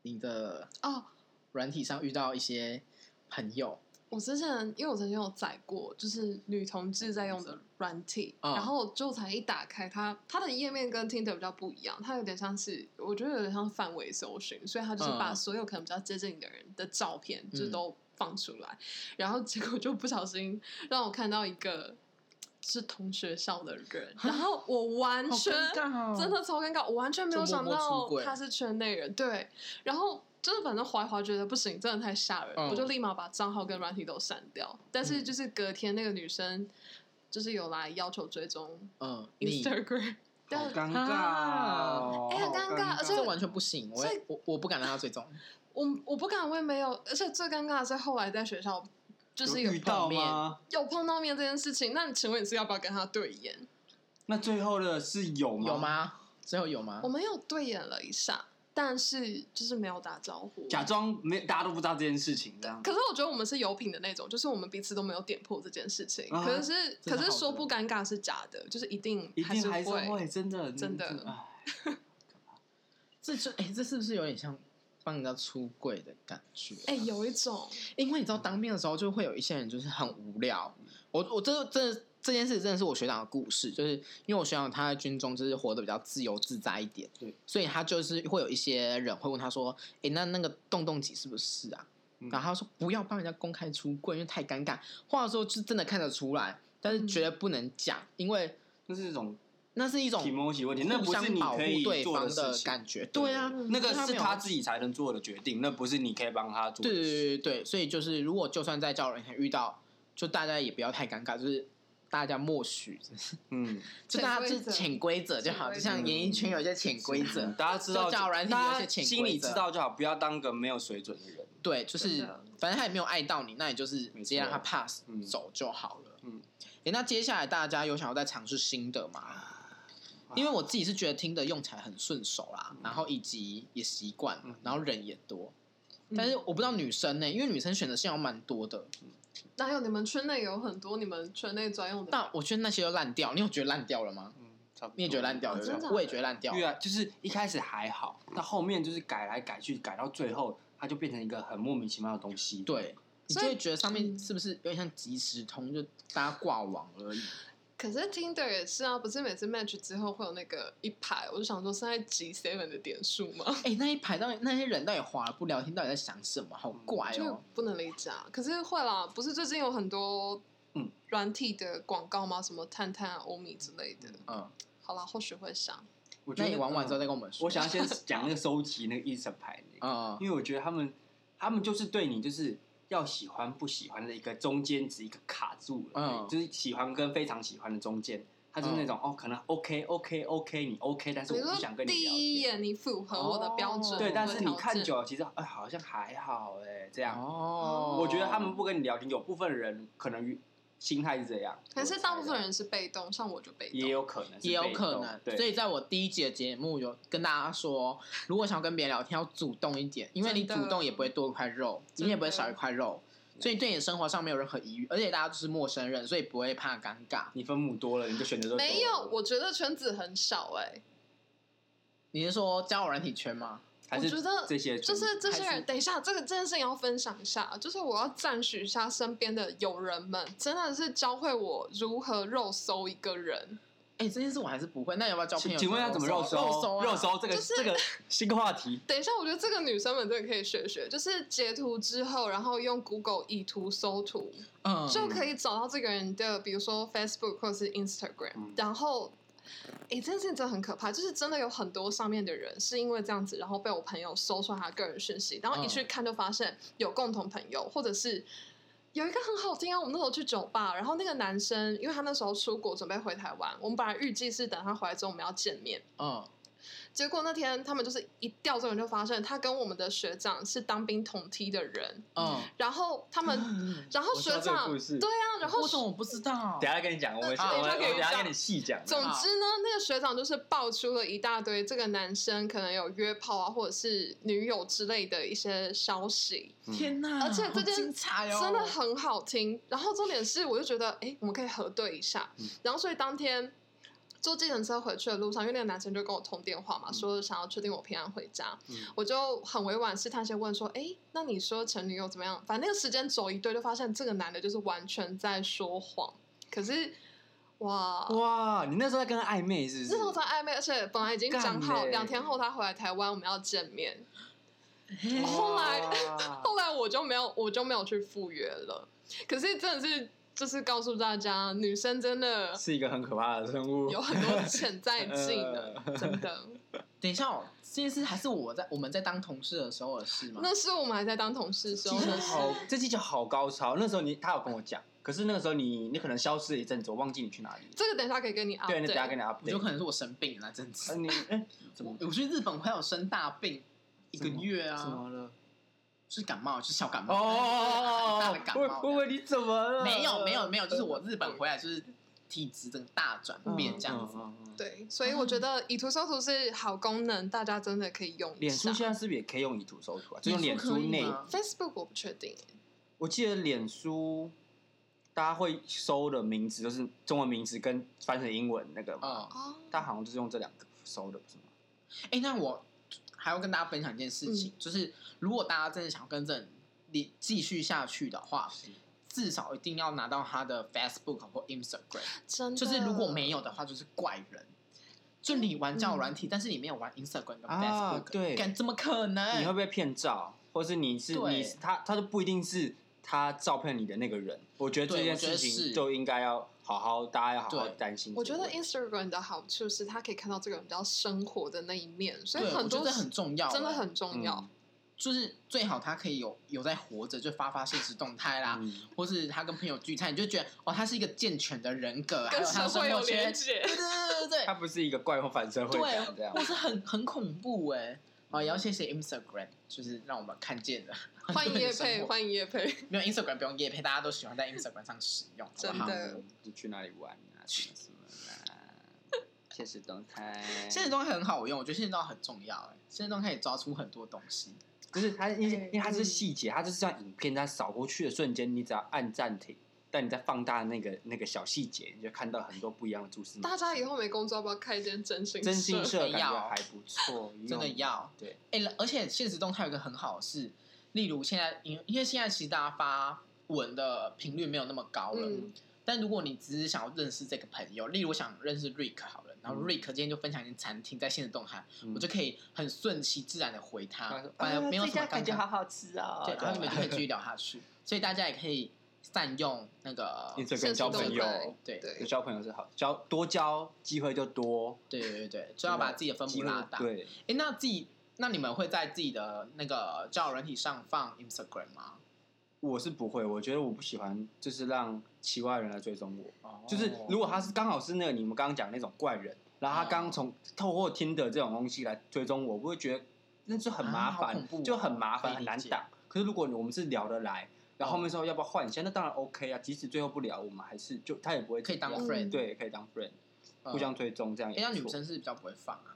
S1: 你的
S3: 哦，
S1: 软体上遇到一些朋友？
S3: 我之前因为我曾经有载过，就是女同志在用的软体，
S1: 嗯
S3: 然后我就才一打开它，它的页面跟 Tinder 比较不一样，它有点像是我觉得有点像范围搜寻，所以它就是把
S1: 嗯
S3: 所有可能比较接近你的人的照片
S1: 嗯
S3: 就都放出来，然后结果就不小心让我看到一个是同学校的人，然后我完全
S1: 啊尬
S3: 真的超尴尬，我完全没
S1: 就
S3: 有
S1: 默
S3: 想
S1: 默出
S3: 到
S1: 柜
S3: 他是圈内人，对，然后。就是反正滑一滑，觉得不行，真的太吓人，
S1: 嗯
S3: 我就立马把账号跟软体都删掉。但是就是隔天那个女生，就是有来要求追踪
S1: 嗯，你
S3: Instagram，但
S2: 好
S3: 是
S2: 尴
S1: 啊
S2: 尬哦，
S3: 哎很
S2: 好
S3: 尴尬而且
S1: 这完全不行，我
S3: 这
S1: 我我不敢让他追踪。
S3: 我我不敢，我也没有。而且最尴尬的是后来在学校，就是有
S2: 有遇到
S1: 碰面
S2: 吗？
S3: 有碰到面这件事情。那你请问你是要不要跟他对眼？
S2: 那最后的是有吗？
S1: 有？吗？最后有吗
S3: 我？们有对眼了一下，但是就是没有打招呼，
S2: 假装没，大家都不知道这件事情，这样
S3: 可是我觉得我们是有品的那种，就是我们彼此都没有点破这件事情。
S2: 啊
S3: 可是
S2: 真的
S3: 可
S2: 好
S3: 是说不尴尬是假的，就是一定
S2: 一
S3: 是
S2: 定还是会，真的，
S3: 真的
S2: 哎
S1: 这就哎，这是不是有点像帮人家出柜的感觉？啊
S3: 哎、有一种
S1: 因为你知道当兵的时候就会有一些人就是很无聊。我我这这这件事真的是我学长的故事，就是因为我学长他在军中就是活得比较自由自在一点，
S2: 对，
S1: 所以他就是会有一些人会问他说：“诶，那那个洞洞几是不是啊？”
S2: 嗯
S1: 然后他说不要帮人家公开出柜，因为太尴
S3: 嗯
S1: 尬。话说就真的看得出来，但是绝对不能讲，因为
S2: 就是一种
S1: 那是一种
S2: 提摩西问题，那
S1: 互
S2: 不是
S1: 相
S2: 你
S1: 保
S2: 可以
S1: 护对
S2: 做
S1: 方
S2: 事情。
S1: 感觉。对啊，
S2: 那个
S1: 因为
S2: 是
S1: 没有
S2: 他自己才能做的决定，那不是你可以帮他做的
S1: 对对
S2: 事。
S1: 对对对，所以就是如果就算在交友软件遇到，就大家也不要太尴尬，就是大家默许，
S2: 嗯，
S1: 就大家就是潜规则就好，就像演艺圈有一些潜规则，
S2: 嗯大家知道，
S1: 啊就交友软体有一
S2: 大
S1: 些
S2: 家
S1: 潜规则
S2: 心里知道就好，不要当个没有水准的人。
S1: 对，就是
S3: 真的
S1: 反正他也没有爱到你，那你就是直接让他
S2: 没
S1: pass
S2: 嗯
S1: 走就好了。
S2: 嗯，
S1: 哎，那接下来大家有想要再尝试新的吗？
S2: 啊
S1: 因为我自己是觉得听的用起来很顺手啦，然后以及也习惯了
S2: 嗯，
S1: 然后人也多。 但
S3: 嗯
S1: 是我不知道女生呢、因为女生选择性有蛮多的，
S3: 哪有你们圈内有很多你们圈内专用的？
S1: 但我觉得那些都烂掉。你有觉得烂掉了吗？
S2: 嗯，差不多
S1: 你也觉得烂掉
S3: 哦
S1: 对不
S3: 真的
S1: 对？
S3: 啊
S1: 我也觉得烂掉了。
S2: 越来就是一开始还好，到后面就是改来改去，改到最后，它就变成一个很莫名其妙的东西。，
S1: 对，你就
S3: 所以
S1: 会觉得上面
S3: 嗯
S1: 是不是有点像即时通，就大家挂网而已。
S3: 可是 Tinder 也是啊，不是每次 match 之后会有那个一排，我就想说是在集 seven 的点数吗？
S1: 哎、那一排到底那些人到底滑了不聊天，到底在想什么？好怪
S3: 就
S1: 哦、
S3: 不能理解啊。可是会啦，不是最近有很多
S2: 嗯
S3: 软体的广告吗？什么探探啊、欧米之类的。
S1: 嗯，
S3: 好啦，或许会上。
S2: 我觉
S1: 那
S2: 得
S1: 你玩完之后
S2: 嗯
S1: 再跟我们说。
S2: 我想要先讲那个收集那个一整排那个，
S1: 嗯，
S2: 因为我觉得他们他们就是对你就是要喜欢不喜欢的一个中间值一个卡住了
S1: 嗯，
S2: 就是喜欢跟非常喜欢的中间，他就是那种哦，可能 OK OK OK 你 OK，但是
S3: 比
S2: 我
S3: 如
S2: 不
S3: 说
S2: 想跟你
S3: 第
S2: 聊
S3: 一
S2: 天。
S3: 眼你符合我的标准，
S1: 哦
S2: 对，但
S3: 我的
S2: 是
S3: 条
S2: 你看
S3: 件
S2: 久了，其实哎好像还好哎，这样。
S1: 哦，
S2: 我觉得他们不跟你聊天，有部分人可能心态是这样，
S3: 可是大部分人
S2: 我
S3: 是被动，像我就被
S2: 猜的也
S3: 动。
S2: 有可能是
S1: 也有
S2: 被
S1: 可
S2: 动
S1: 能。
S2: 对，
S1: 所以在我第一集的节目有跟大家说，哦如果想要跟别人聊天，要主动一点，因为你
S3: 真的
S1: 主动也不会多一块肉，
S3: 真
S1: 你
S3: 的
S1: 也不会少一块肉，所以对你生活上没有任何疑虑，而且大家都是陌生人，所以不会怕尴尬。
S2: 你分母多了，你就选择都多了
S3: 没有，我觉得圈子很少哎、
S1: 你是说交友软体圈吗？
S2: 还
S3: 我
S2: 是
S3: 觉得
S2: 这些
S3: 就是这些
S2: 还
S3: 人。
S2: 是
S3: 等一下，这个这件事情要分享一下，就是我要赞许一下身边的友人们，真的是教会我如何肉搜一个人。
S1: 哎、这件事我还是不会。那要不要交朋
S2: 请
S1: 友？
S2: 请问要怎么肉
S1: 搜？
S2: 搜？
S1: 肉搜啊，
S2: 肉搜这个
S3: 就是
S2: 这个新话题，
S3: 等一下，我觉得这个女生们真的可以学学，就是截图之后，然后用 Google 以图搜图，
S1: 嗯，
S3: 就可以找到这个人的，比如说 Facebook 或是 Instagram，、
S2: 嗯
S3: 然后。诶，这件事情真的很可怕，就是真的有很多上面的人是因为这样子，然后被我朋友搜出来他个人讯息，然
S2: 嗯
S3: 后一去看就发现有共同朋友，或者是有一个很好听啊，我们那时候去酒吧，然后那个男生，因为他那时候出国准备回台湾，我们本来预计是等他回来之后我们要见面，
S1: 嗯，
S3: 结果那天他们就是一调之后你就发现他跟我们的学长是当兵同梯的人，
S1: 嗯
S3: 然后他们，
S1: 嗯，
S3: 然后
S2: 我知道
S3: 学
S2: 这个
S3: 长
S2: 故事
S3: 对啊，然后
S1: 我怎么不知道？
S2: 等一下再跟你讲，我们
S3: 那
S2: 我们
S3: 等一下
S2: 我
S3: 可以
S2: 等一下
S3: 讲
S2: 跟你细讲。
S3: 总之呢，那个学长就是爆出了一大堆这个男生可能有约炮啊，或者是女友之类的一些消息，
S2: 嗯
S1: 天哪！
S3: 而且这件
S1: 好精
S2: 哎
S1: 彩哦，
S3: 真的很好听。然后重点是，我就觉得，哎、我们可以核对一下。
S2: 嗯
S3: 然后所以当天坐计程车回去的路上，因为那个男生就跟我通电话嘛，
S2: 嗯
S3: 说想要确定我平安回家。
S2: 嗯
S3: 我就很委婉试探性问说，哎、那你说前女友怎么样？反正那个时间轴一对，就发现这个男的就是完全在说谎。可是，哇
S2: 哇，你那时候在跟他暧昧是不是？
S3: 那时候在暧昧，而且本来已经讲
S2: 干
S3: 好
S2: 嘞
S3: 两天后他回来台湾，我们要见面。
S1: 嘿
S3: 后来
S2: 哇
S3: 后来我就没有，我就没有去赴约了。可是真的是，就是告诉大家，女生真 的
S2: 是一个很可怕的生物，
S3: 有很 多潜在技
S2: 呃
S3: 能，真的。
S1: 等一下哦，这件事还是我在我们在当同事的时候的事吗？
S3: 那是我们还在当同事的时
S2: 技
S3: 候
S2: 巧
S3: 的事。
S2: 好，这技巧好高超。那时候你他有跟我讲，可是那个时候你你可能消失了一阵子，我忘记你去哪里了。
S3: 这个等一下可以跟你 update。
S2: 对，那等一下跟你
S1: 我就
S2: update。
S1: 可能是我生病了那阵
S2: 啊
S1: 子，
S2: 你哎，怎么
S1: 我我去日本还有生大病一个月
S2: 怎
S1: 啊，
S2: 么了？
S1: 是感冒，是小感
S2: 哦
S1: 冒，
S2: 哦
S1: 大
S2: 哦
S1: 的感
S2: 哦
S1: 冒！
S2: 我我以为你怎么了？嗯
S1: 没有没有没有，就是我日本回来就是体质整个大转变这样子。
S2: 嗯。嗯嗯嗯
S3: 对，所以我觉得以图搜图是好功能，大家真的可以用一
S2: 脸书
S3: 下。
S2: 现在是不是也可以用以图搜图啊？就用脸
S1: 啊脸书可
S2: 书
S1: 以
S2: 内，
S1: 吗
S3: Facebook 我不确定，
S2: 我记得脸书大家会搜的名字就是中文名字跟翻成英文那个，
S1: 嗯，
S3: 哦，
S2: 大家好像就是用这两个搜的，不是吗？
S1: 哎、那我还要跟大家分享一件事情，就是如果大家真的想要跟这人连继续下去的话，至少一定要拿到他的 Facebook 或 Instagram。
S3: 真的。
S1: 就是如果没有的话，就是怪人。就你玩交友软体，但是你没有玩 Instagram 跟 Facebook，
S2: 对
S1: 敢怎么可能？
S2: 你会不会骗照，或是你是
S1: 哎对
S2: 你是他他就不一定是他照骗你的那个人。我觉得这
S1: 对
S2: 件
S1: 我觉得
S2: 事情
S1: 是
S2: 就应该要好好，大家要好好
S1: 对
S2: 担心这
S3: 我
S2: 个
S3: 觉
S2: 问题。
S3: 得 Instagram 的好处是，它可以看到这个人比较生活的那一面，所以
S1: 对，
S3: 很
S1: 我觉
S3: 多
S1: 得很重要，欸嗯
S3: 真的很重要。
S1: 就是最好他可以有有在活着，就发发现实动态啦，
S2: 嗯
S1: 或是他跟朋友聚餐，你就觉得哦，他是一个健全的人格，还
S3: 跟
S1: 有他
S3: 社
S1: 的生
S3: 会有
S1: 活
S3: 连
S1: 圈，
S3: 接
S1: 对。对对对对
S2: 他不是一个怪或反社会感这
S1: 对，
S2: 样
S1: 或。是很很恐怖哎、
S3: 嗯
S1: 哦，也要谢谢 Instagram，就是让我们看见了
S3: 欢迎叶
S1: 生
S3: 佩，
S1: 活
S3: 欢迎叶佩。
S1: 没有 Instagram 不用夜配，大家都喜欢在 Instagram 上使用，好不
S3: 真
S1: 好？
S3: 的
S2: 嗯就去哪里玩啊？什么什么啦？现实动 态，
S1: 现实动态很好用，我觉得现实动态很重要哎、现实动态可以抓出很多东西。
S2: 就是它，因为
S3: 哎
S2: 因为它是细节，它就是像影片，它扫过去的瞬间，你只要按暂停，但你再放大那个那个小细节，你就看到很多不一样的蛛丝马迹。
S3: 大家以后没工作，要不要开一间真心
S2: 真心
S3: 社？
S2: 社感觉还不错，
S1: 真的要
S2: 对
S1: 哎、而且现实动态有一个很好的是，例如现在因为因为现在其实大家发文的频率没有那么高了，
S3: 嗯
S1: 但如果你只是想要认识这个朋友，例如我想认识 Rick 好了，然后
S2: 嗯
S1: Rick 今天就分享一间餐厅在现实动态，
S2: 嗯
S1: 我就可以很顺其自然的回
S2: 他
S1: 他
S2: 说，
S1: 反而没有
S5: 啊这
S1: 什么
S5: 家
S1: 尴
S5: 感觉好
S1: 尬，
S5: 好吃哦。
S1: 对，然后你们就
S5: 这
S1: 可以
S5: 样
S1: 继续聊下去，所以大家也可以善用那个。
S2: Instagram 交朋
S3: 现实动态
S2: 友，
S1: 对对
S3: 对
S2: 交朋友是好，交多交机会就多，
S1: 对对对，就要把自己的分
S2: 机
S1: 母
S2: 会
S1: 拉大。
S2: 对，
S1: 哎，那自己那你们会在自己的那个交友软体上放 Instagram 吗？
S2: 我是不会，我觉得我不喜欢，就是让奇怪的人来追踪我。
S1: 哦
S2: 就是如果他是刚好是那个你们刚刚讲的那种怪人，然后他刚从透过听的这种东西来追踪我，我会觉得那就很麻
S1: 啊好
S2: 烦，
S1: 恐怖哦
S2: 就很麻
S1: 可以
S2: 烦，
S1: 理
S2: 很难
S1: 解
S2: 挡。可是如果我们是聊得来，然后后面说要不要换一下，那当然 OK 啊。即使最后不聊，我们还是就他也不会
S1: 可以当
S3: 嗯
S2: 怎么样
S1: friend，
S2: 对，可以当 friend，
S1: 嗯
S2: 互相追踪这样
S1: 哎，那
S2: 也
S1: 女
S2: 不错。
S1: 生是比较不会放啊，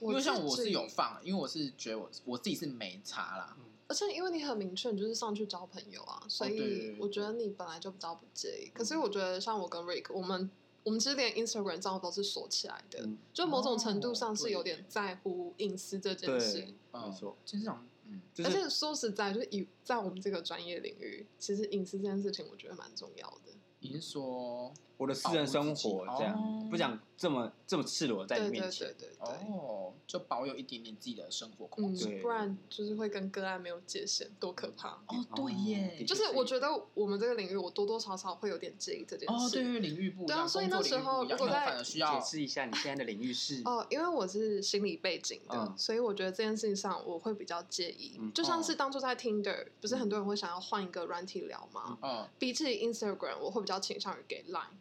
S1: 因为像我是有，放，因为我是觉得我我自己是没差啦。
S3: 而且因为你很明确，你就是上去交朋友啊，所
S1: 哦对对对嗯
S3: 以
S1: 对
S3: 我觉得你本来就比较不介意。可是我觉得像我跟 Rick，我们我们其实连 Instagram 账号都是锁起来的
S2: 嗯，
S3: 就某种程度上
S1: 哦
S3: 是
S1: 对
S3: 有点在乎隐私这件事
S2: 对。，
S1: 嗯
S2: 没错，
S1: 就是这种，嗯，
S2: 就
S3: 而
S2: 是
S3: 且说实在，就是以在我们这个专业领域，其实隐私这件事情，我觉得蛮重要的。
S1: 你是说
S2: 我的私人生活这
S1: 保护自己
S2: 样
S1: 哦，
S2: 不讲这么这么赤裸在
S3: 对
S2: 你
S3: 对
S2: 面
S3: 对
S2: 前。
S3: 对对，
S1: 哦，就保有一点点自己的生活空
S3: 嗯
S1: 间？，
S2: 对
S3: 不然就是会跟个案没有界限，多可怕！
S1: 哦，对耶，
S2: 的确
S3: 就是我觉得我们这个领域，我多多少少会有点介意这件
S1: 哦，
S3: 事。
S1: 对，因为领域不一
S3: 对
S1: 样，
S3: 啊所以那
S1: 工作领域
S3: 时候
S1: 不一样
S3: 如果
S1: 那我
S3: 在
S1: 反而需要
S2: 解释一下你现在的领域是
S3: 哦，因为我是心理背景的，
S2: 嗯
S3: 所以我觉得这件事情上我会比较介意。
S2: 嗯
S3: 就像是
S1: 哦
S3: 当初在 Tinder，不是很多人会想要换一个软体聊吗？
S1: 嗯，
S3: 比起 Instagram，我会比较倾向于给 Line，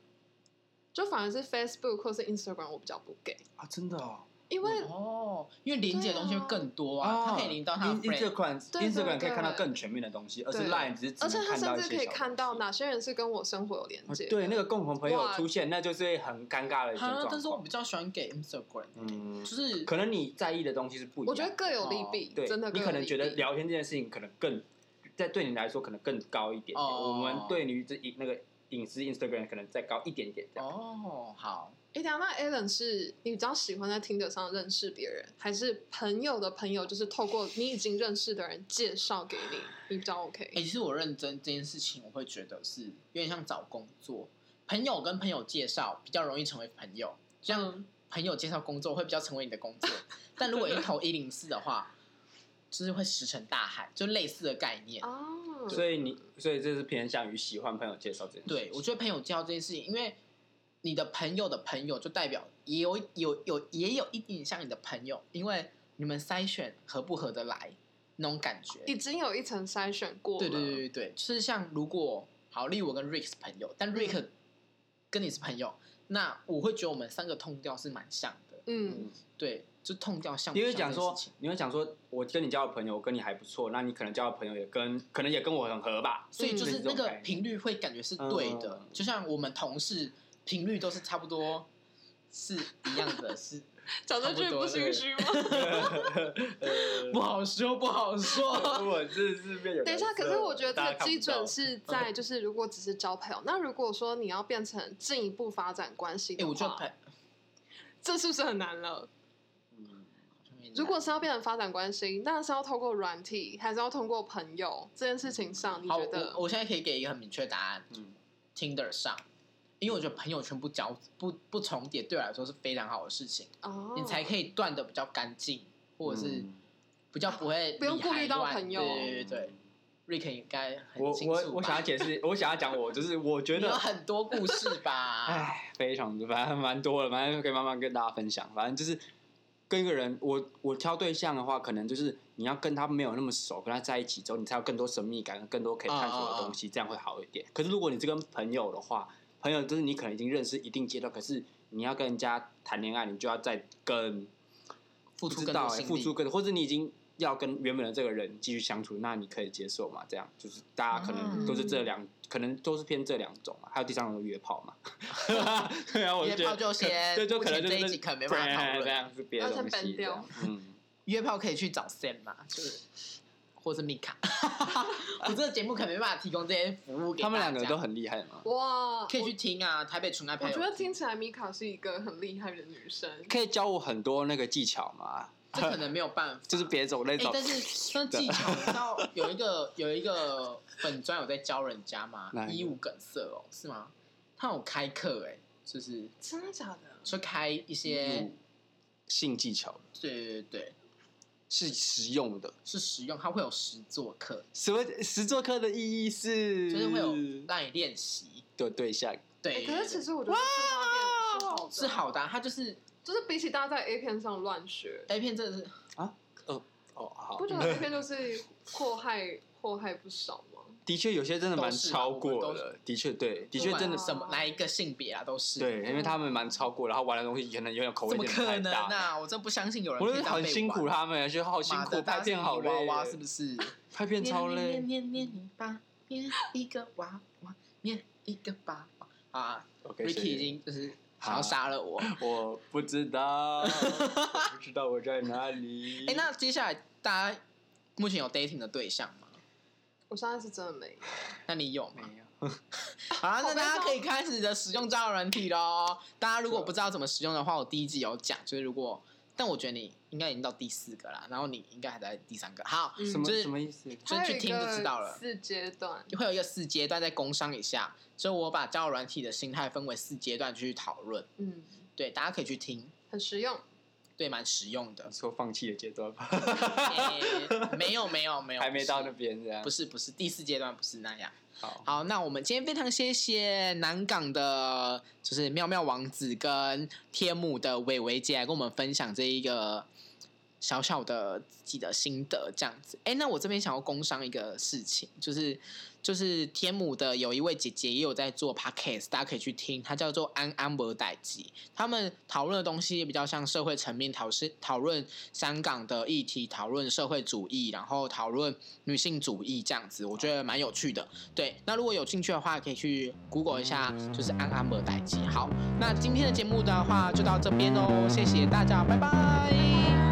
S3: 就反而是 Facebook 或是 Instagram 我比较不给，
S2: 啊，真的哦。
S3: 因为
S1: 哦，因为连接的东西会更多啊，它可以连到他的
S2: In-
S1: friend，
S2: 哦 Instagram
S3: 对对
S2: Instagram 可以
S3: 对
S2: 看到更全面的东西，而
S3: 对
S2: 是 Line 只是
S3: 而
S2: 只
S3: 且
S2: 能
S3: 他
S2: 看
S3: 甚
S2: 一
S3: 至可
S2: 些
S3: 以
S2: 小
S3: 看到
S2: 东西哦
S3: 哪些人是跟我生活有连接的。
S2: 对那个共同朋友
S3: 哇
S2: 出现，那就是很尴尬的一种
S1: 哈，但
S2: 状
S1: 是我
S2: 况
S1: 比。较喜欢给 Instagram，
S2: 嗯
S1: 就，是
S2: 可能你在意的东西是不一样的。
S3: 我觉得各有利弊，
S2: 哦对，
S3: 真的各
S2: 你
S3: 有
S2: 可能
S3: 利
S2: 觉得
S3: 弊
S2: 聊天这件事情可能更，在对你来说可能更高一点点。
S1: 哦
S2: 我们对于这那个隐私 Instagram 可能再高一点点这样。
S1: 哦，好，
S3: 哎，等一下那 Alan 是你比较喜欢在 Tinder 上认识别人，还是朋友的朋友，就是透过你已经认识的人介绍给你，你比较 OK？
S1: 哎、其实我认真这件事情，我会觉得是有点像找工作，朋友跟朋友介绍比较容易成为朋友，像朋友介绍工作会比较成为你的工作。但如果你投一零四的话，就是会石沉大海，就类似的概念。
S3: 哦，
S2: 所以你，所以这是偏向于喜欢朋友介绍这件事情。
S1: 对，我觉得朋友介绍这件事情，因为你的朋友的朋友就代表也有有有也有一点像你的朋友，因为你们筛选合不合得来那种感觉。
S3: 已经有一层筛选过了，
S1: 对对对对对，就是像如果好，例如我跟 Rick 是朋友，但
S2: 嗯
S1: Rick 跟你是朋友，那我会觉得我们三个痛调是蛮像的。
S3: 嗯，
S1: 对，就痛调像不
S2: 你
S1: 像
S2: 会讲
S1: 这件
S2: 说
S1: 事情，
S2: 你会讲说，我跟你交的朋友，我跟你还不错，那你可能交的朋友也跟，可能也跟我很合吧。
S1: 所以就是
S2: 嗯
S1: 那个频率会感觉是对的，
S2: 嗯
S1: 就像我们同事频率都是差不多是一样的， 是
S3: 讲这
S1: 差
S3: 句
S1: 不多
S3: 不心虚吗？
S1: 呃不好说不好说。
S2: 我是是变有。
S3: 等一下，可是我觉得
S2: 大
S3: 这
S2: 家
S3: 个
S2: 看不
S3: 基准
S2: 到
S3: 是在就是如果只是交朋友，那如果说你要变成进一步发展关系
S1: 哎、
S3: 的
S1: 我觉得
S3: 话，
S1: 朋
S3: 这是不是很难了？
S2: 嗯
S3: 如果是要变成发展关系，那是要透过软体，还是要通过朋友这件事情上？你
S1: 好，
S3: 觉得
S1: 我我现在可以给一个很明确的答案，
S2: 嗯
S1: Tinder 上，因为我觉得朋友圈不交不不重叠，对我来说是非常好的事情，
S3: 哦，
S1: 你才可以断的比较干净，或者是
S2: 嗯
S1: 比较不会
S3: 不用顾虑到
S1: 里海乱
S3: 朋友
S1: 对对对对， Rick 应该很
S2: 我
S1: 清
S2: 我
S1: 楚
S2: 我
S1: 吧
S2: 想要解释，我想要讲我就是我觉
S1: 你有
S2: 得，哎
S1: 很多故事 吧？
S2: 唉，非常反正蛮多的，反正可以慢慢跟大家分享。反正就是跟一个人，我我挑对象的话，可能就是你要跟他没有那么熟，跟他在一起之后，你才有更多神秘感，更多可以探索的东
S1: 嗯
S2: 西，这样会好一点。可是如果你是跟朋友的话，朋友就是你可能已经认识一定阶段，可是你要跟人家谈恋爱，你就要再更
S1: 付出
S2: 不知
S1: 更
S2: 道
S1: 多
S2: 欸
S1: 心力，
S2: 付出更，或者你已经要跟原本的这个人继续相处，那你可以接受嘛？这样就是大家可能都是这两，可能都是偏这两种嘛，还有第三种约炮嘛。 对啊，我就觉
S1: 约炮
S2: 得
S1: 就先
S2: 对，就可能
S1: 目
S2: 就
S1: 前这
S2: 是
S1: 一集可能没办法讨论
S2: 对这样是别的
S3: 要先
S2: 东西
S3: ban
S2: 这
S3: 掉
S2: 样。嗯，
S1: 约炮可以去找 Sam 嘛，就是或是 Mika。我这个节目可能没办法提供这些服务给
S2: 他们
S1: 大
S2: 两个
S1: 家
S2: 都很厉害嘛，
S3: 哇，
S1: 可以去听啊，台北纯爱
S3: 我
S1: 朋
S3: 我
S1: 友
S3: 觉。得听起来米卡是一个很厉害的女生，
S2: 可以教我很多那个技巧嘛，
S1: 这可能没有办法，
S2: 就是别种那
S1: 哎、
S2: 种。
S1: 但 是那技巧，你知道
S2: 啊
S1: 有一个有一个粉专有在教人家吗
S2: 哪？一
S1: 一
S2: 个
S1: 五梗塞哦，是吗？他有开课哎、就是
S3: 真的假的？
S1: 说开一些，
S2: 性技巧
S1: 嗯对对对对，
S2: 是实用的，
S1: 是实用，他会有实作课，
S2: 什么实作课的意义是
S1: 就是会有让你练习。
S2: 的对象，
S1: 对，
S3: 哎可是其实我觉得
S1: 哇
S3: 出发点
S1: 是
S3: 是好的，
S1: 好的啊、他就是
S3: 就是比起大家在 A 片上乱学，
S1: A 片真的是
S2: 哦，好
S3: 不，觉得 A 片就是祸害 祸害不少吗？
S2: 的确有些真的蛮
S1: 都是啊
S2: 超
S1: 我们
S2: 过
S1: 都
S2: 的，的确对，
S1: 不
S2: 的确
S1: 管啊
S2: 真的
S3: 是
S1: 什么哪一个性别啊都是，
S2: 对，因为他们蛮超过，然后玩的东西可能有点口味
S1: 怎
S2: 有
S1: 么
S2: 点
S1: 可
S2: 太
S1: 能
S2: 大。
S1: 啊？我真不相信有人
S2: 我
S1: 可以
S2: 就是
S1: 当
S2: 很
S1: 被
S2: 辛苦
S1: 玩
S2: 他们，就好辛
S1: 妈
S2: 苦
S1: 的，
S2: 拍
S1: 大
S2: 片好累，
S1: 娃娃是不是？
S2: 拍片超累
S1: 念。念念你吧，念一个娃娃，念一个娃娃。啊
S2: OK，
S1: ，Ricky 已
S2: 谁
S1: 经就是想要杀了 我。哎、
S2: 我不知道，我不知道我在 哪里。
S1: 哎那接下来大家目前有 dating 的对象吗？
S3: 我现在是真的没有，
S1: 那你有吗？
S2: 没有，
S1: 好啦，
S3: 好
S1: 那
S3: 悲
S1: 大家
S3: 伤
S1: 可以开始的使用交友软体喽。大家如果不知道怎么使用的话，我第一季有讲，就是如果，但我觉得你应该已经到第四个啦，然后你应该还在第三个。好，
S3: 嗯
S2: 什么
S1: 就是
S2: 什么意思？
S1: 就是去听就知道
S3: 还有一个
S1: 了。
S3: 四阶段，
S1: 会有一个四阶段，再工商一下，所以我把交友软体的心态分为四阶段去讨论。
S3: 嗯，
S1: 对，大家可以去听，
S3: 很实用。
S1: 对，蛮实用的
S2: 你。说放弃的阶段吧，
S1: 诶没有没有没有，
S2: 还没到那
S1: 不是
S2: 边这样
S1: 不。是不是第四阶段不是那样。
S2: 好，
S1: 好，那我们今天非常谢谢南港的，就是妙妙王子跟天母的伟伟姐来跟我们分享这一个小小的自己的心得，这样子。哎、那我这边想要工商一个事情，就是就是天母的有一位姐姐也有在做 podcast，大家可以去听，她叫做安安博代吉，他们讨论的东西比较像社会层面讨是讨论香港的议题，讨论社会主义，然后讨论女性主义这样子，我觉得蛮有趣的。对，那如果有兴趣的话，可以去 Google 一下，就是安安博代吉。好，那今天的节目的话就到这边哦，谢谢大家，拜拜